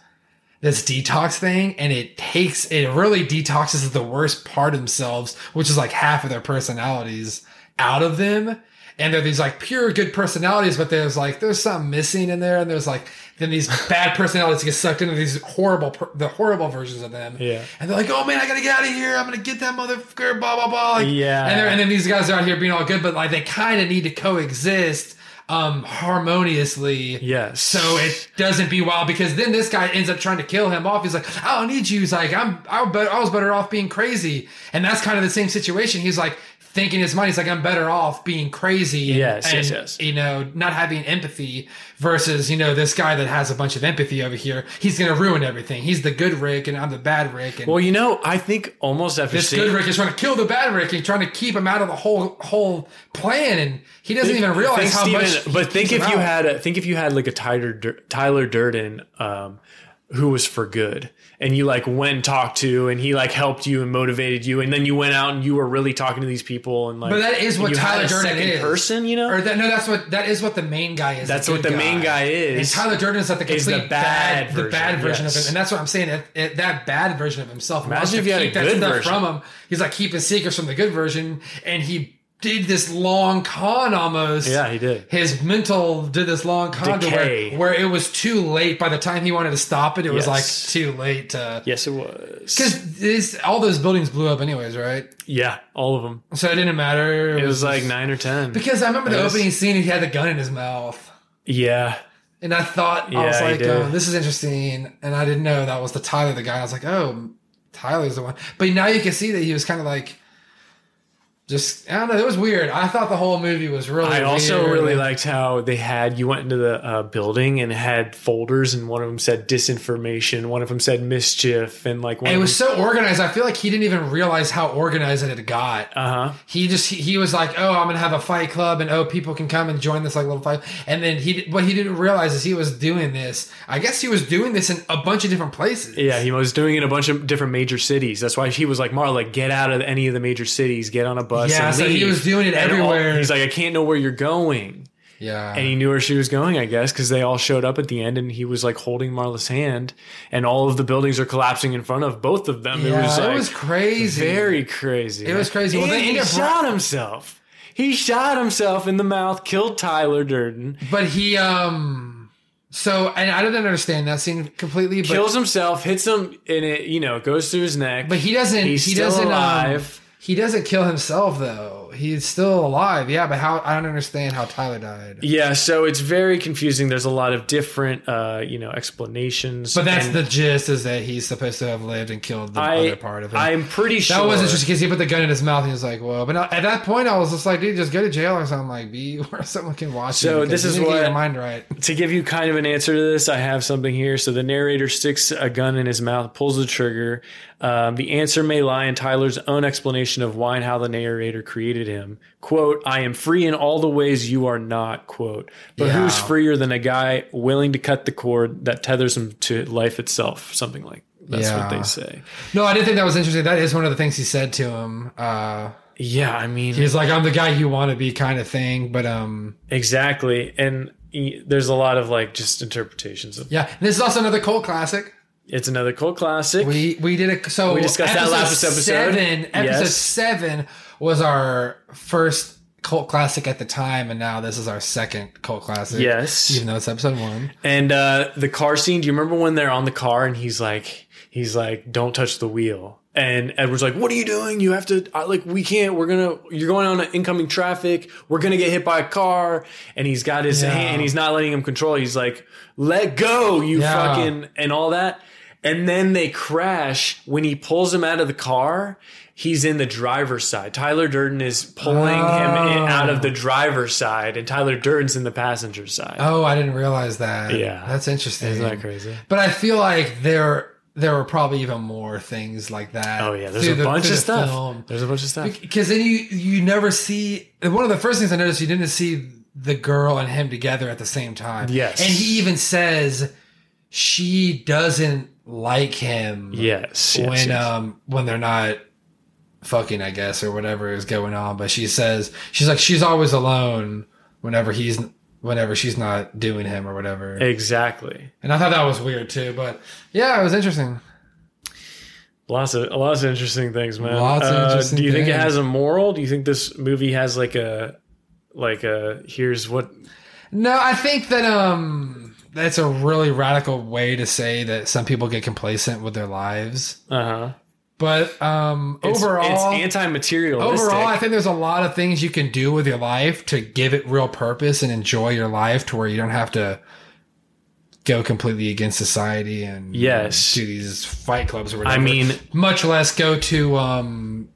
this detox thing and it takes it really detoxes the worst part of themselves which is like half of their personalities out of them and they're these like pure good personalities but there's like there's something missing in there and there's like then these bad personalities get sucked into these horrible per- the horrible versions of them
Yeah.
and they're like oh man i gotta get out of here i'm gonna get that motherfucker blah blah blah like,
Yeah.
and, they're, and then these guys are out here being all good but like they kind of need to coexist um harmoniously
Yes.
so it doesn't be wild because then this guy ends up trying to kill him off. He's like, I don't need you. He's like, I'm, I was better, I was better off being crazy. And that's kind of the same situation. He's like thinking in his mind, he's like, I'm better off being crazy. and-
Yes, yes,
and,
yes.
You know, not having empathy versus, you know, this guy that has a bunch of empathy over here. He's going to ruin everything. He's the good Rick and I'm the bad Rick. And
Well, you know, I think almost after
this
seeing
good Rick is trying to kill the bad Rick and trying to keep him out of the whole, whole plan. And he doesn't even realize
Think
how
Steven-
much. he
But think
keeps
if
him
you
out.
had a, think if you had like a Tyler Dur- Tyler Durden, um, who was for good, and you like went and talked to, and he like helped you and motivated you, and then you went out and you were really talking to these people, and like.
But that is what
you had
Tyler
a
Durden
second
is.
person, you know.
Or that, no, that's what that is what the main guy is.
That's
good
what the main guy is.
And Tyler Durden is like the
Is
complete
the
bad,
bad
the
version,
bad version of him,
yes.
and that's what I'm saying. That, it- that bad version of himself.
Imagine
wants to
if you had a
keep that
good
stuff
version.
from him. He's like keeping secrets from the good version, and he did this long con almost.
Yeah, he did.
His mental did this long con to where,
Decay.
where it was too late. By the time he wanted to stop it, it was
Yes.
like too late to.
yes, it was.
Because this, all those buildings blew up anyways, right?
yeah, all of them.
So it didn't matter.
It was like
just-
nine or ten.
because I remember the
It was-
opening scene. He had the gun in his mouth.
yeah,
And I thought I
Yeah,
was
he
like,
did.
oh, "This is interesting," and I didn't know that was the Tyler, the guy. I was like, "Oh, Tyler's the one." But now you can see that he was kind of like, just I don't know. It was weird. I thought the whole movie was really.
I also
Oh, weird.
really liked how they had you went into the uh, building and had folders, and one of them said disinformation, one of them said mischief, and like one
And it
of
was so organized. I feel like he didn't even realize how organized it had got.
uh huh.
he just he, he was like, "Oh, I'm gonna have a fight club, and oh, people can come and join this like little fight." And then he did- what he didn't realize is he was doing this. I guess he was doing this in a bunch of different places.
Yeah, he was doing it in a bunch of different major cities. That's why he was like, Marla, get out of any of the major cities, get on a bus.
Yeah,
and
so he
leave."
was doing it
And all-
everywhere. Uh-huh.
he's like, I can't know where you're going.
yeah.
And he knew where she was going, I guess, because they all showed up at the end and he was like holding Marla's hand and all of the buildings are collapsing in front of both of them.
Yeah,
it was like
crazy.
very crazy.
It was crazy. Well,
And
they
he
ended up-
shot himself. He shot himself in the mouth, killed Tyler Durden,
But he um so and I didn't understand that scene completely, but
kills himself, hits him, and it, you know, goes through his neck.
but he doesn't
He's
he
still
doesn't um,
alive.
he doesn't kill himself though. He's still alive. Yeah, but how I don't understand how Tyler died.
Yeah, so it's very confusing. There's a lot of different, uh, you know, explanations.
But that's
and
the gist is that he's supposed to have lived and killed the
I,
other part of him.
I'm pretty sure
that was interesting because he put the gun in his mouth and he was like, "Whoa!" But now- at that point, I was just like, "Dude, just go to jail or something." Like, be where someone can watch
So
you.
this
because you
is
didn't get
what-
your mind right.
To give you kind of an answer to this, I have something here. So the narrator sticks a gun in his mouth, pulls the trigger. Um, the answer may lie in Tyler's own explanation of why and how the narrator created him. Quote, I am free in all the ways you are not, quote. But
Yeah.
who's freer than a guy willing to cut the cord that tethers him to life itself? Something like that's what
Yeah.
they say.
No, I did think that was interesting. That is one of the things he said to him. Uh,
Yeah, I mean,
He's like, I'm the guy you want to be, kind of thing. But um,
Exactly. And y- there's a lot of like just interpretations of
yeah, this is also another cult classic.
it's another cult classic.
We we did it. So
We discussed that last episode.
Seven, episode
Yes.
seven was our first cult classic at the time, and now this is our second cult classic.
Yes.
even though it's episode one.
and uh the car scene, do you remember when they're on the car and he's like he's like don't touch the wheel. And Edward's like, "What are you doing? You have to I, like we can't. We're going to you're going on incoming traffic. We're going to get hit by a car." And he's got his
Yeah.
hand and he's not letting him control. He's like, "Let go, you
Yeah.
fucking and all that." And then they crash when he pulls him out of the car. He's in the driver's side. Tyler Durden is pulling him in, out of the driver's side, and Tyler Durden's in the passenger side.
Oh, I didn't realize that.
Yeah.
that's interesting.
Isn't that crazy?
But I feel like they're there were probably even more things like that.
Oh yeah, there's
through
a
the-
bunch
through
of
the
stuff.
film.
There's a bunch of stuff.
Because then you you never see one of the first things I noticed you didn't see the girl and him together at the same time.
Yes.
and he even says she doesn't like him.
Yes. yes,
when
yes.
um when they're not fucking, I guess, or whatever is going on. But she says she's like she's always alone whenever he's whenever she's not doing him or whatever.
Eh. exactly.
And I thought that was weird too. But yeah, it was interesting.
Lots of lots of interesting things, man.
Lots of
Uh,
interesting
Do you think it
things.
has a moral? Do you think this movie has like a like a here's what
No, I think that um that's a really radical way to say that some people get complacent with their lives.
uh huh
But um overall
it's anti-materialistic.
Overall, I think there's a lot of things you can do with your life to give it real purpose and enjoy your life to where you don't have to go completely against society and
Yes.
do these fight clubs or
I
whatever.
mean,
much less go to um,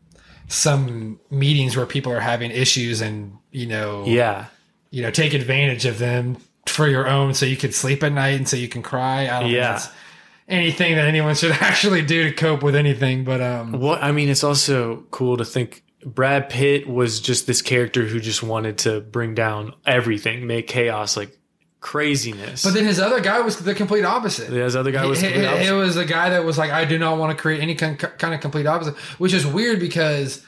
some meetings where people are having issues and you know
yeah,
you know take advantage of them for your own so you can sleep at night and so you can cry. I don't
Yeah.
think that's anything that anyone should actually do to cope with anything, but um,
Well, I mean, it's also cool to think Brad Pitt was just this character who just wanted to bring down everything, make chaos, like craziness.
but then his other guy was the complete opposite.
this other guy was
it,
complete
it- it
opposite.
was a guy that was like, I do not want to create any con- kind of complete opposite, which is weird because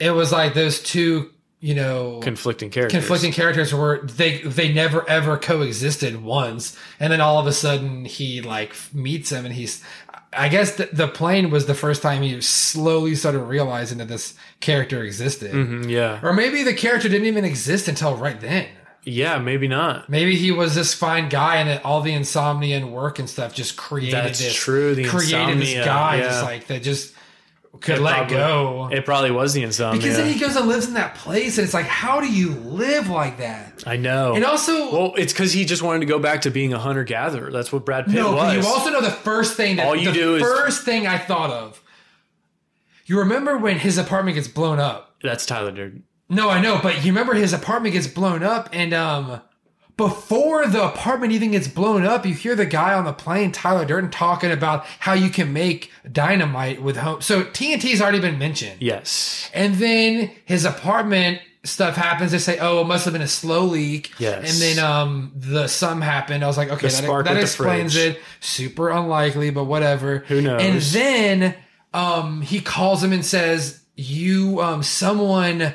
it was like those two, you know,
conflicting characters.
conflicting characters were they they never ever coexisted once, and then all of a sudden he like meets him and he's. I guess the, the plane was the first time he slowly started realizing that this character existed,
Mhm, yeah,
or maybe the character didn't even exist until right then.
yeah, maybe not.
Maybe he was this fine guy, and that all the insomnia and work and stuff just created
That's
this
true. The
created this
insomnia,
guy
yeah.
just like that just could
It
let
probably-
go
It probably was the insomnia.
because then he goes and lives in that place and it's like how do you live like that
I know.
and also
Oh. well, it's because he just wanted to go back to being a hunter gatherer. That's what Brad Pitt
no but
was.
you also know the first thing that
All you
the
do is-
first thing i thought of you remember when his apartment gets blown up
That's Tyler Durden.
no i know but you remember his apartment gets blown up and um before the apartment even gets blown up, you hear the guy on the plane, Tyler Durden, talking about how you can make dynamite with home. So TNT's already been mentioned.
Yes.
And then his apartment stuff happens. They say, "Oh, it must have been a slow leak."
Yes.
And then um, the sum happened. I was like, "Okay,
The
that,
spark
that
with the
explains
fridge.
it." Super unlikely, but whatever.
Who knows?
And then um, he calls him and says, "You, um, someone."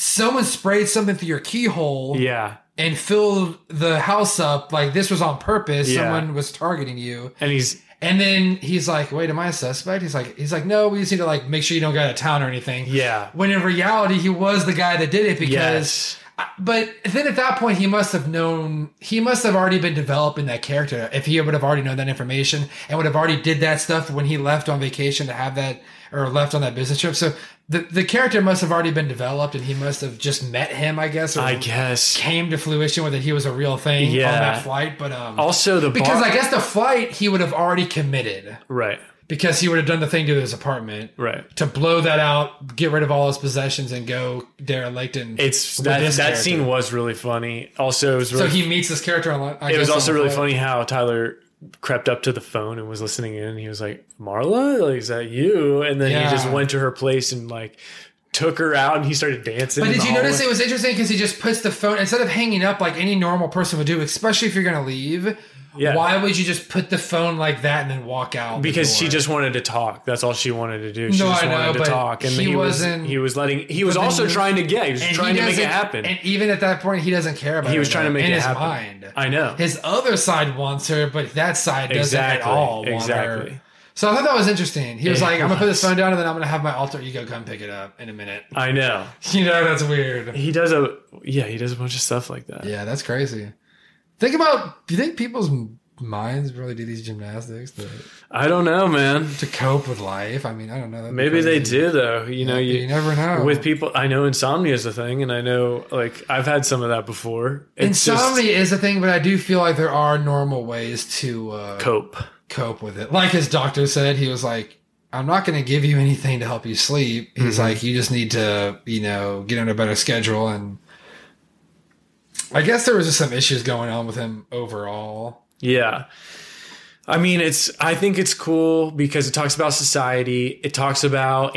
Someone sprayed something through your keyhole
Yeah.
and filled the house up like this was on purpose.
Yeah.
Someone was targeting you.
And he's
And then he's like, "Wait, am I a suspect?" He's like, "He's like, no, we just need to like make sure you don't go out of town or anything."
yeah.
When in reality, he was the guy that did it because.
Yes.
But then at that point, he must have known. He must have already been developing that character if he would have already known that information and would have already did that stuff when he left on vacation to have that or left on that business trip. So the the character must have already been developed, and he must have just met him, I guess, or
I guess.
came to fruition with that he was a real thing on
Yeah.
that flight. But um,
Also, the
because
bar-
I guess the flight he would have already committed
right.
because he would have done the thing to his apartment
Right.
to blow that out, get rid of all his possessions, and go derelict. And
It's
with
that that
this character.
scene was really funny. Also, it was
So
really,
he meets this character on. I
it was
guess,
also
on the
really
flight.
funny how Tyler crept up to the phone and was listening in. And he was like, "Marla, like, is that you?" And then
Yeah.
he just went to her place and like took her out and he started dancing.
But
in
did
the
you notice
hallway.
it was interesting because he just puts the phone instead of hanging up like any normal person would do, especially if you're gonna leave.
Yeah.
Why would you just put the phone like that and then walk out? the
Because she
door?
just wanted to talk. That's all she wanted to do. She
No,
just
I know,
wanted
but
to talk, and
he
he was
wasn't-
he was letting he was
then
also
he-
trying to get. He was
And he
trying to make it
doesn't-
happen.
And even at that point, he doesn't care about.
He was
her,
trying to
though,
make
in
it
his
happen.
mind.
I know.
His other side wants her, but that side doesn't
Exactly.
at all want
Exactly.
her. So I thought that was interesting. He was
It
like, "I'm gonna put
was.
this phone down, and then I'm gonna have my alter ego come pick it up in a minute."
I know.
You know, that's weird.
He does a yeah. He does a bunch of stuff like that.
Yeah, that's crazy. Think about. Do you think people's m- minds really do these gymnastics to,
I don't know, man.
to cope with life? I mean, I don't know. That'd be
Maybe they
crazy.
do though. You know,
You,
you,
never know.
with people i know insomnia is a thing and i know like i've had some of that before it's
insomnia
just
is a thing, but I do feel like there are normal ways to uh,
cope
cope with it. Like his doctor said, he was like, I'm not going to give you anything to help you sleep. He's like, you just need to, you know, get on a better schedule. And I guess there was just some issues going on with him overall.
yeah I mean, it's. I think it's cool because it talks about society. It talks about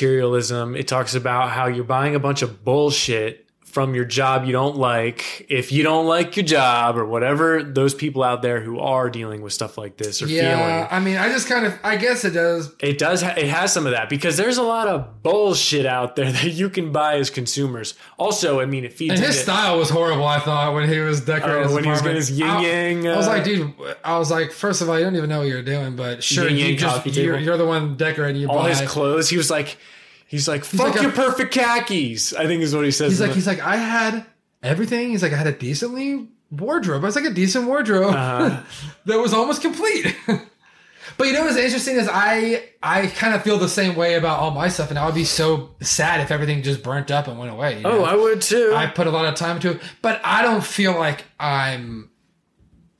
anti-materialism. It talks about how you're buying a bunch of bullshit from your job you don't like. If you don't like your job or whatever, those people out there who are dealing with stuff like this are
Yeah,
feeling.
I mean, I just kind of, I guess it does.
It does. Ha- it has some of that because there's a lot of bullshit out there that you can buy as consumers. Also, I mean, it feeds
And his
into-
style was horrible. I thought when he was decorating
Oh,
his
when he was
apartment.
getting his yin
I-
yang,
I was
uh,
like, dude. I was like, first of all, you don't even know what you're doing, but sure,
Yin
you
yang
just,
coffee
you're,
table.
you're the one decorating. You
all
buy.
his clothes. He was like, he's like, fuck
like a-
your perfect khakis. I think is what he says.
he's
in
like,
the-
he's like, I had everything. He's like, I had a decently wardrobe. I was like a decent wardrobe
Uh-huh.
that was almost complete. but you know what's interesting is I I kind of feel the same way about all my stuff, and I would be so sad if everything just burnt up and went away. you
oh,
know?
I would too.
I put a lot of time into it, but I don't feel like I'm,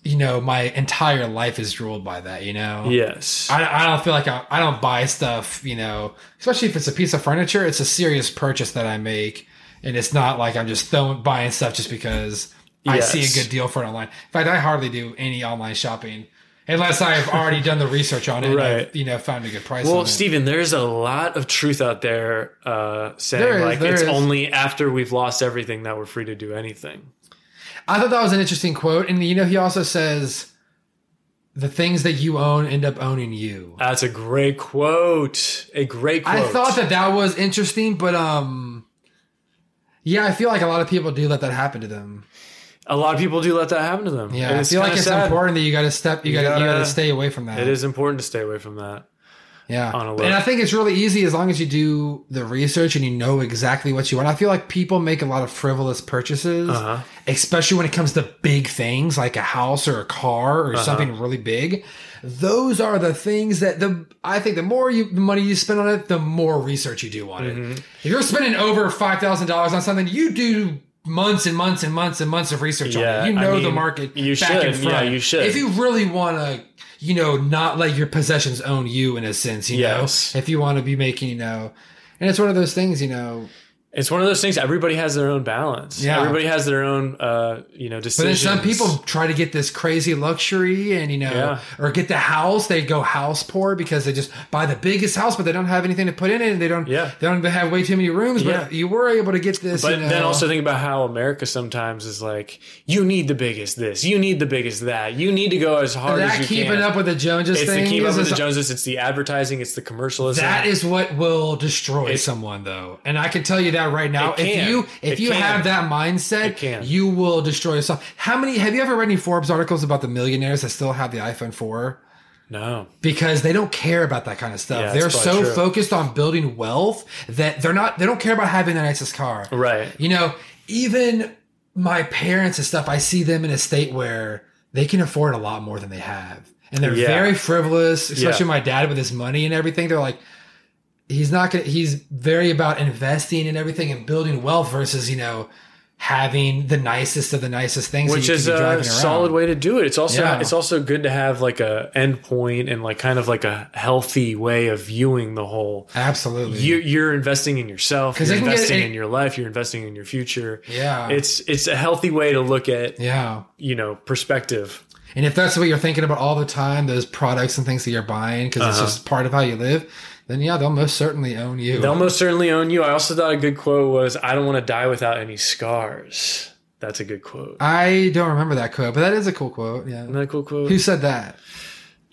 you know, my entire life is ruled by that, you know?
yes.
I, I don't feel like I, I don't buy stuff, you know, especially if it's a piece of furniture, it's a serious purchase that I make. And it's not like I'm just throwing, buying stuff just because I see
Yes.
a good deal for it online. In fact, I hardly do any online shopping unless I've already done the research on it and,
Right.
I've, you know, found a good price
well,
on it.
Stephen, there's a lot of truth out there uh, saying
There is,
like
there
it's
is.
only after we've lost everything that we're free to do anything.
I thought that was an interesting quote. And, you know, he also says, the things that you own end up owning you.
That's a great quote. A great quote.
I thought that that was interesting, but um, yeah, I feel like a lot of people do let that happen to them.
a lot of people do let that happen to them.
Yeah,
And
I feel like
kinda
it's
sad.
important that you got to step, you got to you got
gotta-
to stay away from that.
It is important to stay away from that.
yeah.
on a
And
look.
I think it's really easy as long as you do the research and you know exactly what you want. I feel like people make a lot of frivolous purchases,
Uh-huh.
especially when it comes to big things like a house or a car or
Uh-huh.
something really big. Those are the things that the I think the more you the money you spend on it, the more research you do on
Mm-hmm.
it. If you're spending over five thousand dollars on something, you do months and months and months and months of research
Yeah,
on it. You
I
know the
mean,
market.
you
back and
should. Yeah,
front.
you should.
If you really want to, you know, not let your possessions own you in a sense, you
Yes.
know, if you want to be making, you know, and it's one of those things, you know,
It's one of those things. Everybody has their own balance.
Yeah.
Everybody has their own, uh, you know,
but then
decisions.
some people try to get this crazy luxury and, you know,
Yeah.
or get the house, they go house poor because they just buy the biggest house, but they don't have anything to put in it. And they don't,
Yeah.
they don't have way too many rooms,
Yeah.
but you were able to get this.
But
you know,
then also think about how America sometimes is like, you need the biggest this, you need the biggest that, you need to go as hard as
that
you
keeping
can.
up with the Joneses
it's
thing
the keep
is
up with
just
the Joneses. It's the advertising. It's the commercialism.
That is what will destroy someone, though, and I can tell you that right now.
It
If
can.
you if
It
you
can.
have that
It
mindset,
can.
you will destroy yourself. How many have you ever read any Forbes articles about the millionaires that still have the iPhone four?
no.
Because they don't care about that kind of stuff.
Yeah, that's
they're
probably
so
true.
focused on building wealth that they're not. They don't care about having the nicest car.
Right.
You know, even my parents and stuff, I see them in a state where they can afford a lot more than they have. And they're
Yeah.
very frivolous, especially
Yeah.
my dad with his money and everything. They're like, he's not gonna, he's very about investing and everything and building wealth versus, you know, having the nicest of the nicest things. that
Which
you
is
can be driving
a
around.
solid way to do it. It's also
Yeah.
it's also good to have like a end point and like kind of like a healthy way of viewing the whole.
Absolutely.
You, you're investing in yourself.
'Cause
You're
it Mm-hmm. can get-
investing
it-
in your life. You're investing in your future.
yeah.
It's it's a healthy way to look at
yeah.
you know perspective.
And if that's what you're thinking about all the time, those products and things that you're buying, because it's
Uh-huh.
just part of how you live, then yeah, they'll most certainly own you.
They'll most certainly own you. I also thought a good quote was, "I don't want to die without any scars." That's a good quote.
I don't remember that quote, but that is a cool quote.
Isn't
Yeah.
that a cool quote?
Who said that?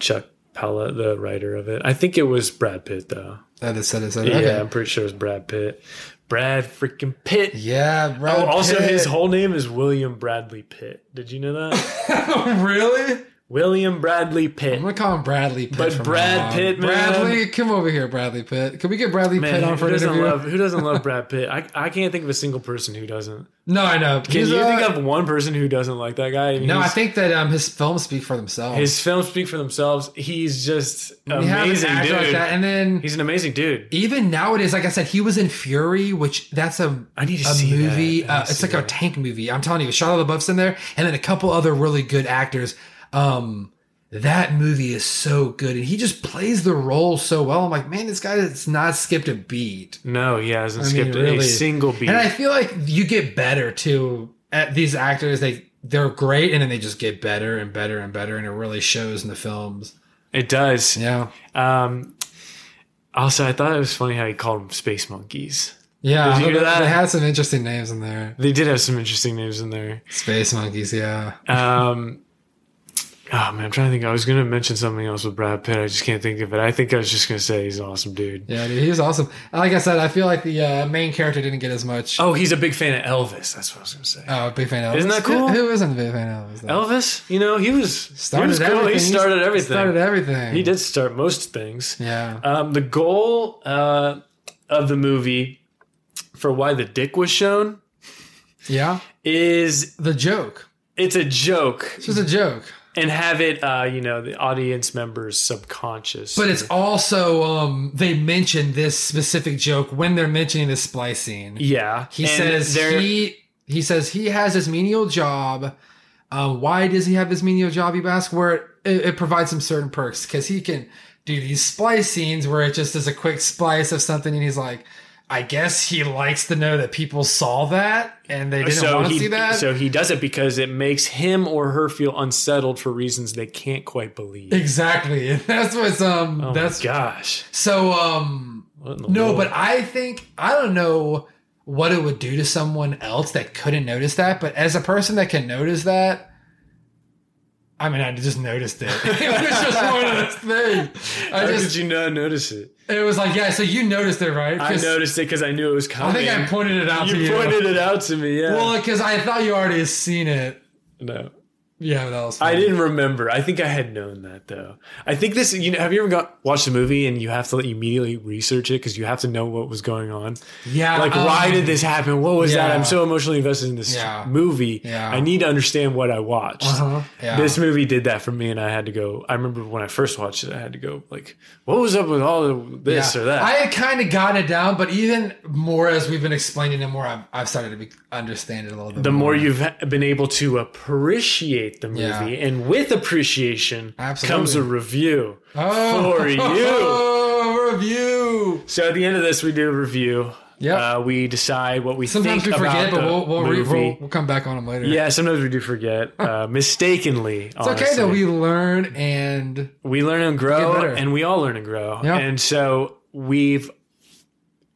Chuck Palahniuk, the writer of it. I think it was Brad Pitt though.
That is said it. Said it.
Yeah,
Okay.
I'm pretty sure it was Brad Pitt. Brad freaking Pitt.
Yeah, bro.
Oh, also, his whole name is William Bradley Pitt. Did you know that?
really?
William Bradley Pitt.
I'm gonna call him Bradley Pitt.
But
from
Brad
now on.
Pitt, man.
Bradley, come over here, Bradley Pitt. Can we get Bradley Pitt
Man,
on for
who
an
doesn't
interview?
love who doesn't love Brad Pitt? I, I can't think of a single person who doesn't.
no, I know.
Can you think of one person who doesn't like that guy? I mean,
No, I
he's-
think that um his films speak for themselves.
his films speak for themselves. He's just
You have an
amazing
actor
dude.
like that, and then
He's an amazing dude.
even nowadays, like I said, he was in Fury, which that's a
I need to
a
see that.
movie.
I
Uh,
need to
it's
see
like a
that.
tank movie. I'm telling you, Shia LaBeouf's in there, and then a couple other really good actors. Um, that movie is so good, and he just plays the role so well. I'm like, man, this guy has not skipped a beat.
No, he hasn't
I mean,
skipped
really.
a single beat.
And I feel like you get better too at these actors. They they're great, and then they just get better and better and better, and it really shows in the films.
It does.
Yeah,
Um, also, I thought it was funny how he called them space monkeys. Did
yeah.
you hear that?
They had some interesting names in there.
They did have some interesting names in there.
Space monkeys. Yeah.
Um, oh man, I'm trying to think. I was going to mention something else with Brad Pitt. I just can't think of it. I think I was just going to say he's an awesome dude.
Yeah, dude, he was awesome. Like I said, I feel like the uh, main character didn't get as much.
Oh, he's a big fan of Elvis. That's what I was going to say.
Oh, big fan of Elvis.
Isn't that
Who-
cool?
Who isn't a big fan of Elvis? though?
Elvis, you know, he was he was cool. He started everything.
Started everything.
He did start most things.
Yeah.
Um, the goal uh, of the movie for why the dick was shown
Yeah.
is
The joke.
it's a joke
It's just a joke,
and have it uh, you know the audience members subconscious
but it's also um they mention this specific joke when they're mentioning the splice scene.
yeah
He
And
says
they're-
he he says he has his menial job. Uh, why does he have his menial job? You ask. Where it, it provides him certain perks because he can do these splice scenes where it just is a quick splice of something, and he's like, I guess he likes to know that people saw that and they didn't
so
want to
he
see that.
so he does it because it makes him or her feel unsettled for reasons they can't quite believe
exactly. That's what's um.
oh
that's
my gosh
so um.
What in the
No,
world?
but I think I don't know what it would do to someone else that couldn't notice that, but as a person that can notice that, I mean, I just noticed it. it was just one of those things.
how
I
did
just,
you not notice it
it was like, yeah. So you noticed it, right?
I
'Cause
noticed it because I knew it was
I
coming
think I pointed it out to
you
you.
pointed it out to me yeah
Well, because I thought you already had seen it.
no
Yeah, but that was.
I
fine.
didn't remember. I think I had known that though. I think this. You know, have you ever got watched a movie and you have to like, immediately research it because you have to know what was going on?
Yeah,
Like, why
um,
did this happen? What was that?
yeah.
I'm so emotionally invested in this
Yeah.
movie.
Yeah.
I need to understand what I watched.
Uh-huh. Yeah.
This movie did that for me, and I had to go. I remember when I first watched it, I had to go like, "What was up with all of this
Yeah.
or that?"
I had kind of gotten it down, but even more as we've been explaining it more, I've, I've started to be, understand it a little bit.
the more you've ha- been able to appreciate the movie,
Yeah.
and with appreciation comes
Absolutely.
a review for you.
Oh, review.
So at the end of this, we do a review.
Yeah.
Uh, we decide what we
Sometimes we
think about
forget, but
the
we'll we'll, re-
movie.
we'll we'll come back on them later.
yeah, sometimes we do forget, uh, mistakenly.
it's okay that we learn and
we learn and grow,
Get better.
and we all learn and grow.
Yeah.
And so we've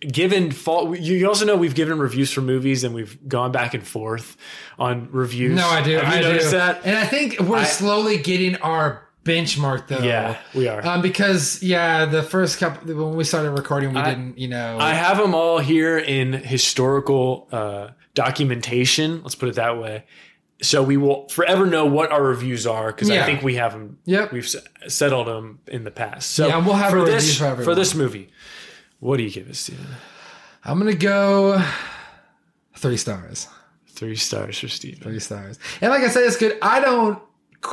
given fault. You also know we've given reviews for movies, and we've gone back and forth on reviews.
no, I do.
Have you
I
noticed
do.
that?
and I think we're
I-
slowly getting our benchmark though.
Yeah, we are.
Um, because yeah, the first couple when we started recording, we
I-
didn't, you know,
I have them all here in historical uh, documentation. Let's put it that way. So we will forever know what our reviews are because I
Yeah.
think we have them.
Yep.
we've s- settled them in the past. So
Yeah, and we'll have a
for
review
this
for everyone.
this movie. What do you give us, Steven?
I'm gonna go three stars.
Three stars for Steven.
Three stars. And like I said, it's good. I don't.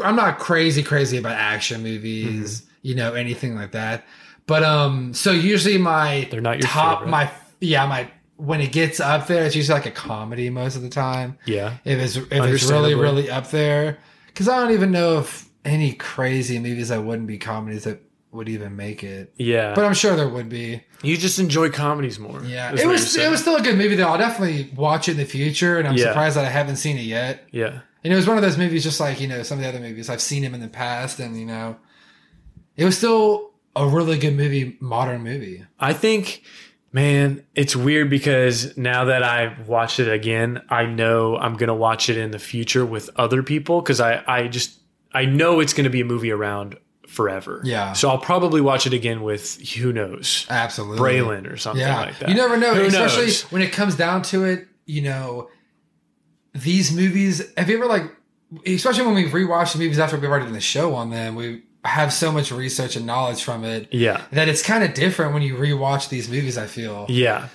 I'm not crazy crazy about action
Mm-hmm.
movies. You know anything like that. But um, so usually my
They're not your
top
favorite.
my yeah my when it gets up there, it's usually like a comedy most of the time.
Yeah,
If it's if it's really
Understandably.
really up there, because I don't even know if any crazy movies that wouldn't be comedies that would even make it.
yeah.
But I'm sure there would be.
you just enjoy comedies more.
Yeah,
is
it
what
was
you're
it
saying.
was still a good movie though. I'll definitely watch it in the future, and I'm
Yeah.
surprised that I haven't seen it yet.
Yeah,
And it was one of those movies, just like you know some of the other movies I've seen him in the past, and you know, it was still a really good movie, modern movie.
I think. Man, it's weird because now that I've watched it again, I know I'm gonna watch it in the future with other people because I, I just I know it's gonna be a movie around forever.
Yeah.
So I'll probably watch it again with who knows
Absolutely,
Braylon or something
Yeah,
like that.
you never know,
Who
especially
knows?
when it comes down to it. You know, these movies. Have you ever like, especially when we rewatch the movies after we've already done the show on them, we have so much research and knowledge from it
Yeah.
that it's kind of different when you rewatch these movies. I feel,
Yeah.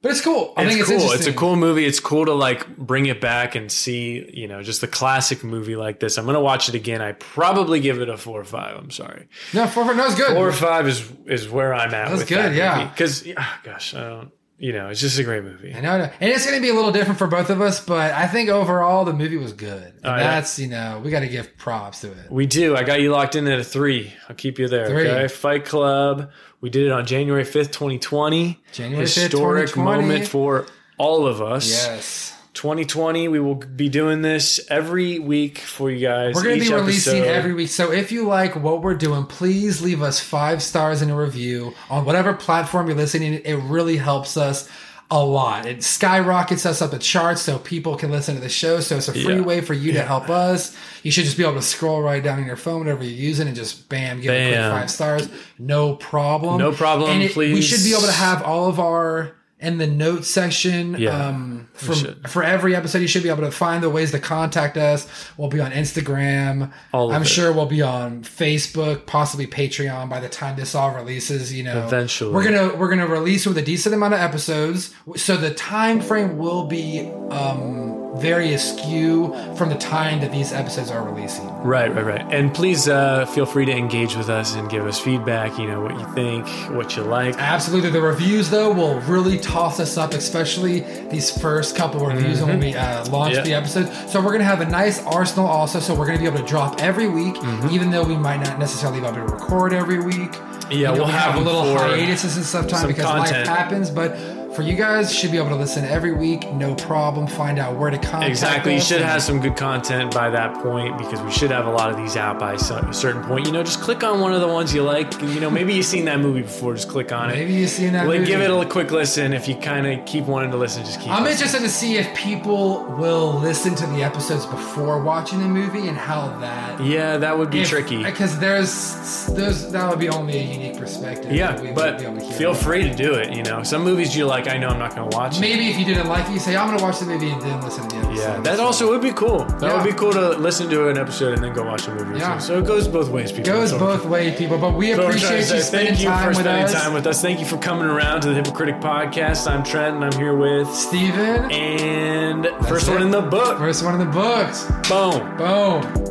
but it's cool. I think it's
cool.
interesting.
It's a cool movie. It's cool to like bring it back and see, you know, just the classic movie like this. I'm gonna watch it again. I probably give it a four or five. I'm sorry.
No, four, four, no, it's good.
Four or five is is where I'm at.
That's
with
good,
That
yeah.
Because gosh, I don't. You know, it's just a great movie.
I know, I know. and it's going to be a little different for both of us, but I think overall the movie was good. And
yeah.
that's you know we got to give props to it.
We do. I got you locked in at a three. I'll keep you there.
Three.
Okay. Fight Club. We did it on January 5th, 2020.
January 5th,
Historic
2020.
moment for all of us.
Yes,
2020, we will be doing this every week for you guys.
We're going to
Each
be releasing
episode.
every week. So if you like what we're doing, please leave us five stars in a review on whatever platform you're listening. to. It really helps us a lot. It skyrockets us up the charts so people can listen to the show. So it's a free
Yeah.
way for you to help us. You should just be able to scroll right down on your phone, whatever you're using, and just bam, give it a
Bam.
quick five stars. No problem.
No problem,
And We
please.
should be able to have all of our. In the notes section,
Yeah.
um, from
should.
for every episode, you should be able to find the ways to contact us. We'll be on Instagram.
All of
I'm
it.
sure we'll be on Facebook, possibly Patreon by the time this all releases. You know,
Eventually.
we're gonna we're gonna release with a decent amount of episodes, so the time frame will be um, very askew from the time that these episodes are releasing.
Right, right, right. And please uh, feel free to engage with us and give us feedback. You know what you think, what you like.
Absolutely, the reviews though will really toss us up, especially these first couple reviews when we uh, launch
Mm-hmm. Yeah.
the episode. So we're gonna have a nice arsenal also. So we're gonna be able to drop every week, even though we might not necessarily be able to record every week.
Mm-hmm. Yeah, we'll
we
have
a
them
little
for
hiatuses and stuff time
some
because life
content.
happens, but. For you guys, should be able to listen every week, no problem. Find out where to contact.
Exactly. You
us
should
and-
have some good content by that point because we should have a lot of these out by so- a certain point. You know, just click on one of the ones you like. You know, maybe you've seen that movie before. Just click on
Maybe
it.
you've seen that.
Like, give
movie.
it a quick listen. If you kind of keep wanting to listen, just keep.
I'm
listening.
interested to see if people will listen to the episodes before watching the movie and how that
yeah, that would be tricky.
because there's there's that would be only a unique perspective. that we
yeah,
would
but
be able to hear.
feel free to do it. You know, some movies you like, I know I'm not going to watch. it.
Maybe if you didn't like it, you say I'm gonna watch the movie and then listen to the episode.
Yeah, that also would be cool. That
Yeah.
would be cool to listen to an episode and then go watch a movie.
Yeah.
Yeah. So it goes both ways, people.
goes
That's what I'm-
both way, people. But we
that's what I'm trying to
appreciate you
say.
spending
Thank you
time
for
with
spending
us,
time with us. Thank you for coming around to the Hypocritic Podcast. I'm Trent, and I'm here with
Steven.
and first
it.
one in the book.
First one in the books.
Boom.
Boom.